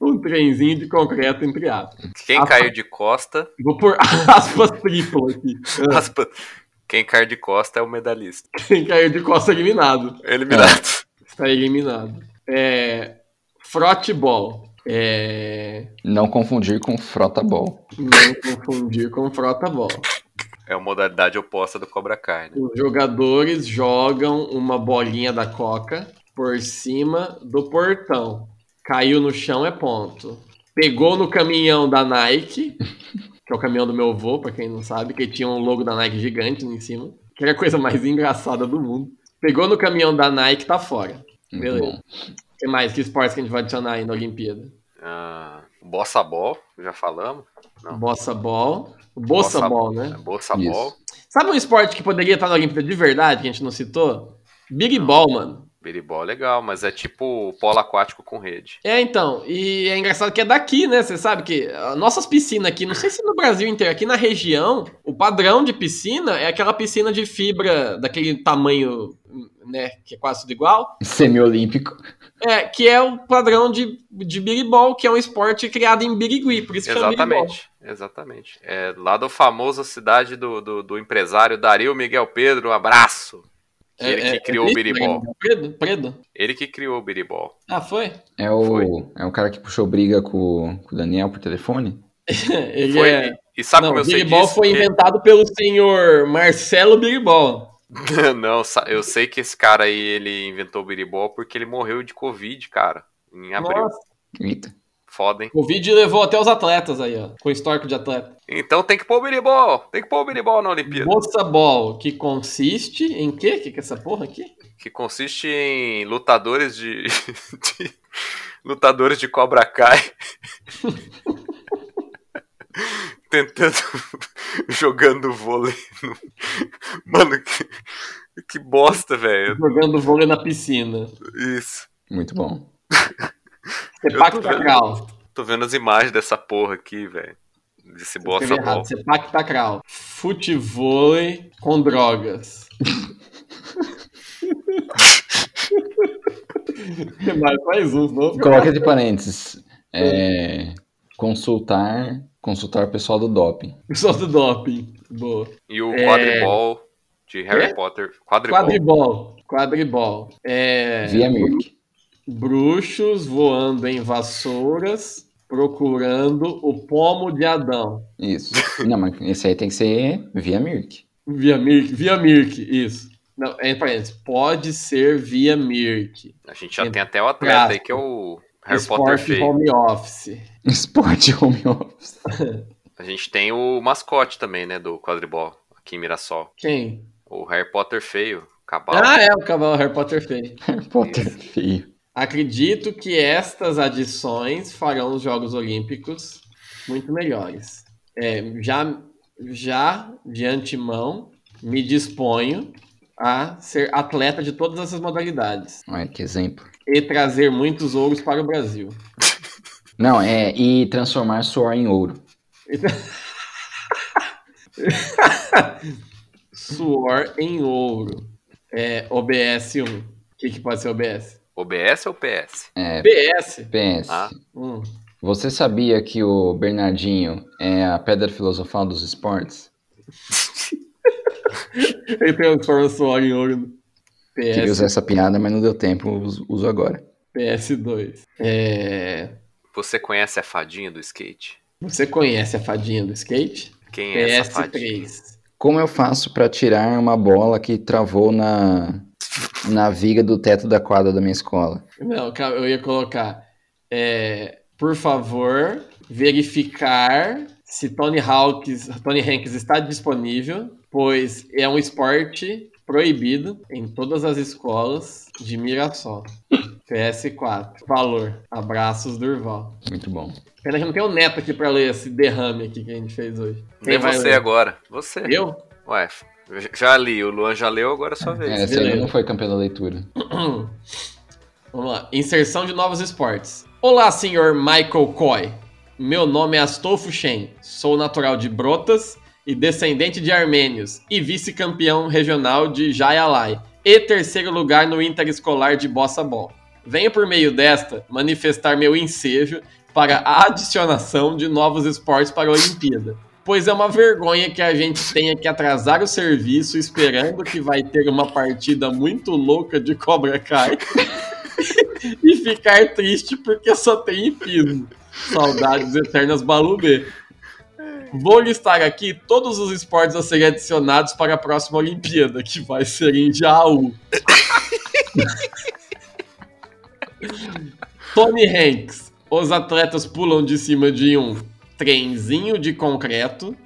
Speaker 2: Um trenzinho de concreto, entre aspas.
Speaker 4: Quem caiu de costa,
Speaker 2: Vou pôr aspas triplas aqui. Ah,
Speaker 4: aspa, quem cai de costa é o medalhista.
Speaker 2: Quem caiu de costa é eliminado.
Speaker 4: Eliminado.
Speaker 2: Está Tá eliminado. É. Frotebol. É.
Speaker 3: Não confundir com frota ball.
Speaker 2: Não confundir com frotabol.
Speaker 4: É a modalidade oposta do Cobra Kai, né?
Speaker 2: Os jogadores jogam uma bolinha da coca por cima do portão. Caiu no chão é ponto. Pegou no caminhão da Nike, que é o caminhão do meu avô, pra quem não sabe, que tinha um logo da Nike gigante lá em cima, que era a coisa mais engraçada do mundo. Pegou no caminhão da Nike, tá fora.
Speaker 3: Muito
Speaker 2: Beleza.
Speaker 3: bom.
Speaker 2: O que mais? Que esportes que a gente vai adicionar aí na Olimpíada?
Speaker 4: Ah, bossa ball, já falamos. Não.
Speaker 2: Bossa ball. Bossa ball, né?
Speaker 4: Bossa
Speaker 3: Isso.
Speaker 4: ball,
Speaker 2: Sabe um esporte que poderia estar na Olimpíada de verdade, que a gente não citou? Big Ball, mano.
Speaker 4: biribol é legal, mas é tipo polo aquático com rede.
Speaker 2: É, então, e é engraçado que é daqui, né? Você sabe que ah, nossas piscinas aqui, não sei se no Brasil inteiro, aqui na região, o padrão de piscina é aquela piscina de fibra daquele tamanho, né, que é quase tudo igual,
Speaker 3: Semi-olímpico.
Speaker 2: é, que é o padrão de, de biribol, que é um esporte criado em Birigui, por isso é que chama biribol.
Speaker 4: Exatamente, exatamente. É lá do famoso cidade do, do, do empresário Dario Miguel Pedro, um abraço. Que
Speaker 2: É,
Speaker 4: ele que criou o
Speaker 2: isso,
Speaker 4: biribol.
Speaker 2: né? Predo, predo.
Speaker 4: Ele que criou o biribol.
Speaker 2: Ah, foi?
Speaker 3: É
Speaker 4: Foi.
Speaker 3: o, é o cara que puxou briga com, com o Daniel por telefone?
Speaker 2: Ele
Speaker 4: Foi-
Speaker 2: é...
Speaker 4: E sabe
Speaker 2: Não,
Speaker 4: Tá, como eu sei
Speaker 2: biribol
Speaker 4: disso?
Speaker 2: foi
Speaker 4: Porque-
Speaker 2: inventado pelo senhor Marcelo Biribol.
Speaker 4: Não, sa- eu sei que esse cara aí, ele inventou o biribol porque ele morreu de Covid, cara, em abril.
Speaker 2: Nossa,
Speaker 3: Eita.
Speaker 4: Foda, hein?
Speaker 2: o vídeo levou até os atletas aí, ó, com o histórico de atleta.
Speaker 4: Então tem que pôr o biribol, tem que pôr o biribol na Olimpíada.
Speaker 2: Bolsa Ball, que consiste em quê? O que, que é essa porra aqui?
Speaker 4: que consiste em lutadores de, de- lutadores de Cobra Kai tentando jogando vôlei. no- Mano, que, que bosta, velho.
Speaker 2: Jogando vôlei na piscina.
Speaker 4: Isso.
Speaker 3: Muito bom.
Speaker 2: Sepac
Speaker 4: tô vendo.
Speaker 2: Tacral.
Speaker 4: Tô vendo as imagens dessa porra aqui, velho. Desse bosta
Speaker 2: Escrevi
Speaker 4: ball.
Speaker 2: errado. Sepac Tacral. Futevôlei com drogas. Que mais? Mais um, não?
Speaker 3: Coloca entre parênteses. é, consultar, consultar o pessoal do doping.
Speaker 2: Pessoal do doping. Boa.
Speaker 4: E o quadribol de Harry
Speaker 2: É. Quê?
Speaker 4: Potter. Quadribol.
Speaker 2: Quadribol. Quadribol. É...
Speaker 3: Via Mirk.
Speaker 2: Bruxos voando em vassouras procurando o pomo de Adão.
Speaker 3: Isso. Não, mas esse aí tem que ser via Mirk.
Speaker 2: Via Mirk, via Mirk, isso. Não, é parênteses. Pode ser via Mirk.
Speaker 4: A gente já
Speaker 2: É.
Speaker 4: tem até o atleta aí que é o Harry Potter
Speaker 2: Esporte
Speaker 4: feio.
Speaker 2: home office.
Speaker 3: Esporte home office.
Speaker 4: A gente tem o mascote também, né, do quadribol aqui em Mirassol.
Speaker 2: Quem?
Speaker 4: O Harry Potter feio, cabal.
Speaker 2: Ah, é o cavalo Harry Potter feio.
Speaker 3: Harry Potter é feio.
Speaker 2: Acredito que estas adições farão os Jogos Olímpicos muito melhores. É, já, já de antemão me disponho a ser atleta de todas essas modalidades.
Speaker 3: Olha que exemplo.
Speaker 2: e trazer muitos ouros para o Brasil.
Speaker 3: Não, é. E transformar suor em ouro.
Speaker 2: Suor em ouro. É OBS 1. O que, que pode ser OBS?
Speaker 4: OBS ou PS?
Speaker 3: É.
Speaker 2: PS.
Speaker 3: PS.
Speaker 4: Ah.
Speaker 2: Hum.
Speaker 3: Você sabia que o Bernardinho é a pedra filosofal dos esportes?
Speaker 2: Ele transforma suor em ouro.
Speaker 3: Queria usar
Speaker 2: PS,
Speaker 3: essa piada, mas não deu tempo, us- uso agora.
Speaker 2: PS2. É,
Speaker 4: Você conhece a fadinha do skate?
Speaker 2: Você conhece a fadinha do skate?
Speaker 4: Quem é essa fadinha?
Speaker 2: PS3.
Speaker 3: Como eu faço pra tirar uma bola que travou na, na viga do teto da quadra da minha escola?
Speaker 2: Não, calma, eu ia colocar. é, por favor, verificar se Tony Hawks, Tony Hanks está disponível, pois é um esporte proibido em todas as escolas de Mirassol. PS4. Valor. Abraços, Durval.
Speaker 3: Muito bom.
Speaker 2: Pena que eu não tenho o neto aqui pra ler esse derrame aqui que a gente fez hoje.
Speaker 4: Nem
Speaker 2: vai
Speaker 4: você
Speaker 2: ler?
Speaker 4: agora. Você.
Speaker 2: Eu?
Speaker 4: Ué, já li. O Luan já leu, agora é sua
Speaker 3: É,
Speaker 4: vez.
Speaker 3: essa aí não foi campeã da leitura.
Speaker 2: Vamos lá. Inserção de novos esportes. Olá, senhor Michael Coy. Meu nome é Astolfo Shen. Sou natural de Brotas e descendente de armênios, e vice-campeão regional de Jaialai, e terceiro lugar no interescolar de Bossa Ball. Venho por meio desta manifestar meu ensejo para a adicionação de novos esportes para a Olimpíada, pois é uma vergonha que a gente tenha que atrasar o serviço esperando que vai ter uma partida muito louca de Cobra Kai e ficar triste porque só tem hipismo. Saudades eternas Balubê. Vou listar aqui todos os esportes a serem adicionados para a próxima Olimpíada, que vai ser em um. Jaú. Tony Hanks. Os atletas pulam de cima de um trenzinho de concreto.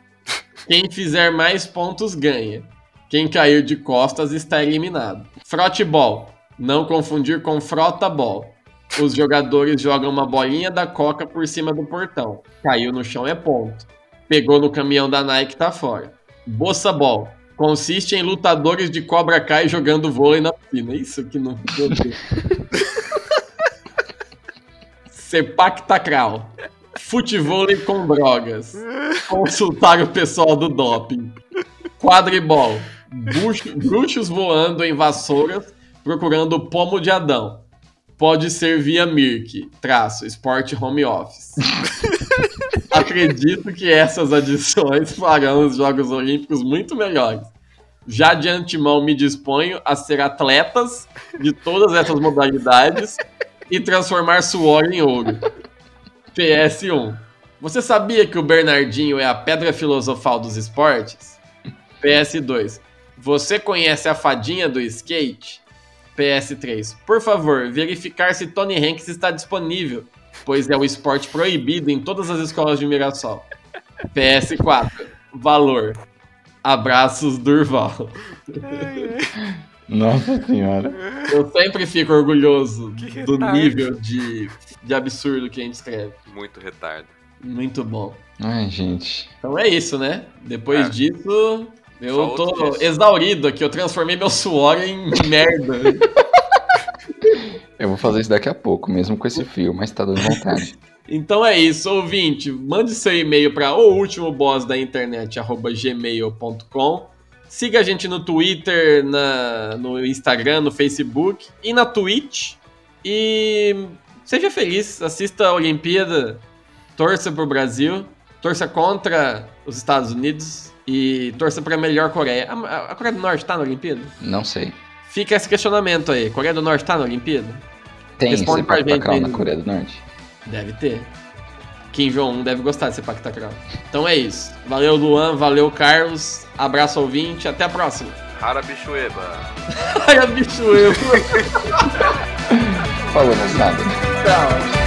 Speaker 2: Quem fizer mais pontos ganha. Quem cair de costas está eliminado. Frotebol. Não confundir com frota ball. Os jogadores jogam uma bolinha da coca por cima do portão. Caiu no chão é ponto. Pegou no caminhão da Nike tá fora. Bossa Ball. Consiste em lutadores de Cobra Kai jogando vôlei na piscina. Isso que não. meu Deus. Sepak Takral. Futevôlei com drogas. Consultar o pessoal do doping. Quadribol. Bruxo- Bruxos voando em vassouras procurando o pomo de Adão. Pode ser via Mirk, traço, esporte home office. Acredito que essas adições farão os Jogos Olímpicos muito melhores. Já de antemão me disponho a ser atletas de todas essas modalidades e transformar suor em ouro. PS1. Você sabia que o Bernardinho é a pedra filosofal dos esportes? PS2. Você conhece a fadinha do skate? PS3. Por favor, verificar se Tony Hanks está disponível, pois é o esporte proibido em todas as escolas de Mirassol. PS4. Valor. Abraços, Durval.
Speaker 3: Nossa senhora.
Speaker 2: Eu sempre fico orgulhoso
Speaker 4: Que
Speaker 2: do
Speaker 4: retardo.
Speaker 2: nível de, de absurdo que a gente escreve.
Speaker 4: Muito retardo.
Speaker 2: Muito bom.
Speaker 3: Ai, gente.
Speaker 2: Então é isso, né? Depois
Speaker 4: É.
Speaker 2: disso,
Speaker 4: Só
Speaker 2: eu
Speaker 4: outro
Speaker 2: tô
Speaker 4: disso.
Speaker 2: exaurido aqui. Eu transformei meu suor em merda.
Speaker 3: Eu vou fazer isso daqui a pouco, mesmo com esse fio, mas tá dando vontade.
Speaker 2: Então é isso, ouvinte. Mande seu e-mail para o último boss da internet, arroba gmail.com. Siga a gente no Twitter, na- no Instagram, no Facebook e na Twitch. E seja feliz, assista a Olimpíada, torça pro Brasil, torça contra os Estados Unidos e torça pra melhor Coreia. A, a- a Coreia do Norte tá na Olimpíada?
Speaker 3: Não sei.
Speaker 2: Fica esse questionamento aí. Coreia do Norte tá na Olimpíada?
Speaker 3: Tem
Speaker 2: Responde pra
Speaker 3: Sepak Takral
Speaker 2: gente aí.
Speaker 3: na Coreia do Norte?
Speaker 2: Deve ter. Kim Jong-un deve gostar desse Pacta Crown. Então é isso. Valeu, Luan. Valeu, Carlos. Abraço, ouvinte. Até a próxima.
Speaker 4: Rara Bichueba.
Speaker 2: Ai, bicho, eu.
Speaker 3: Falou, moçada.
Speaker 2: Tchau.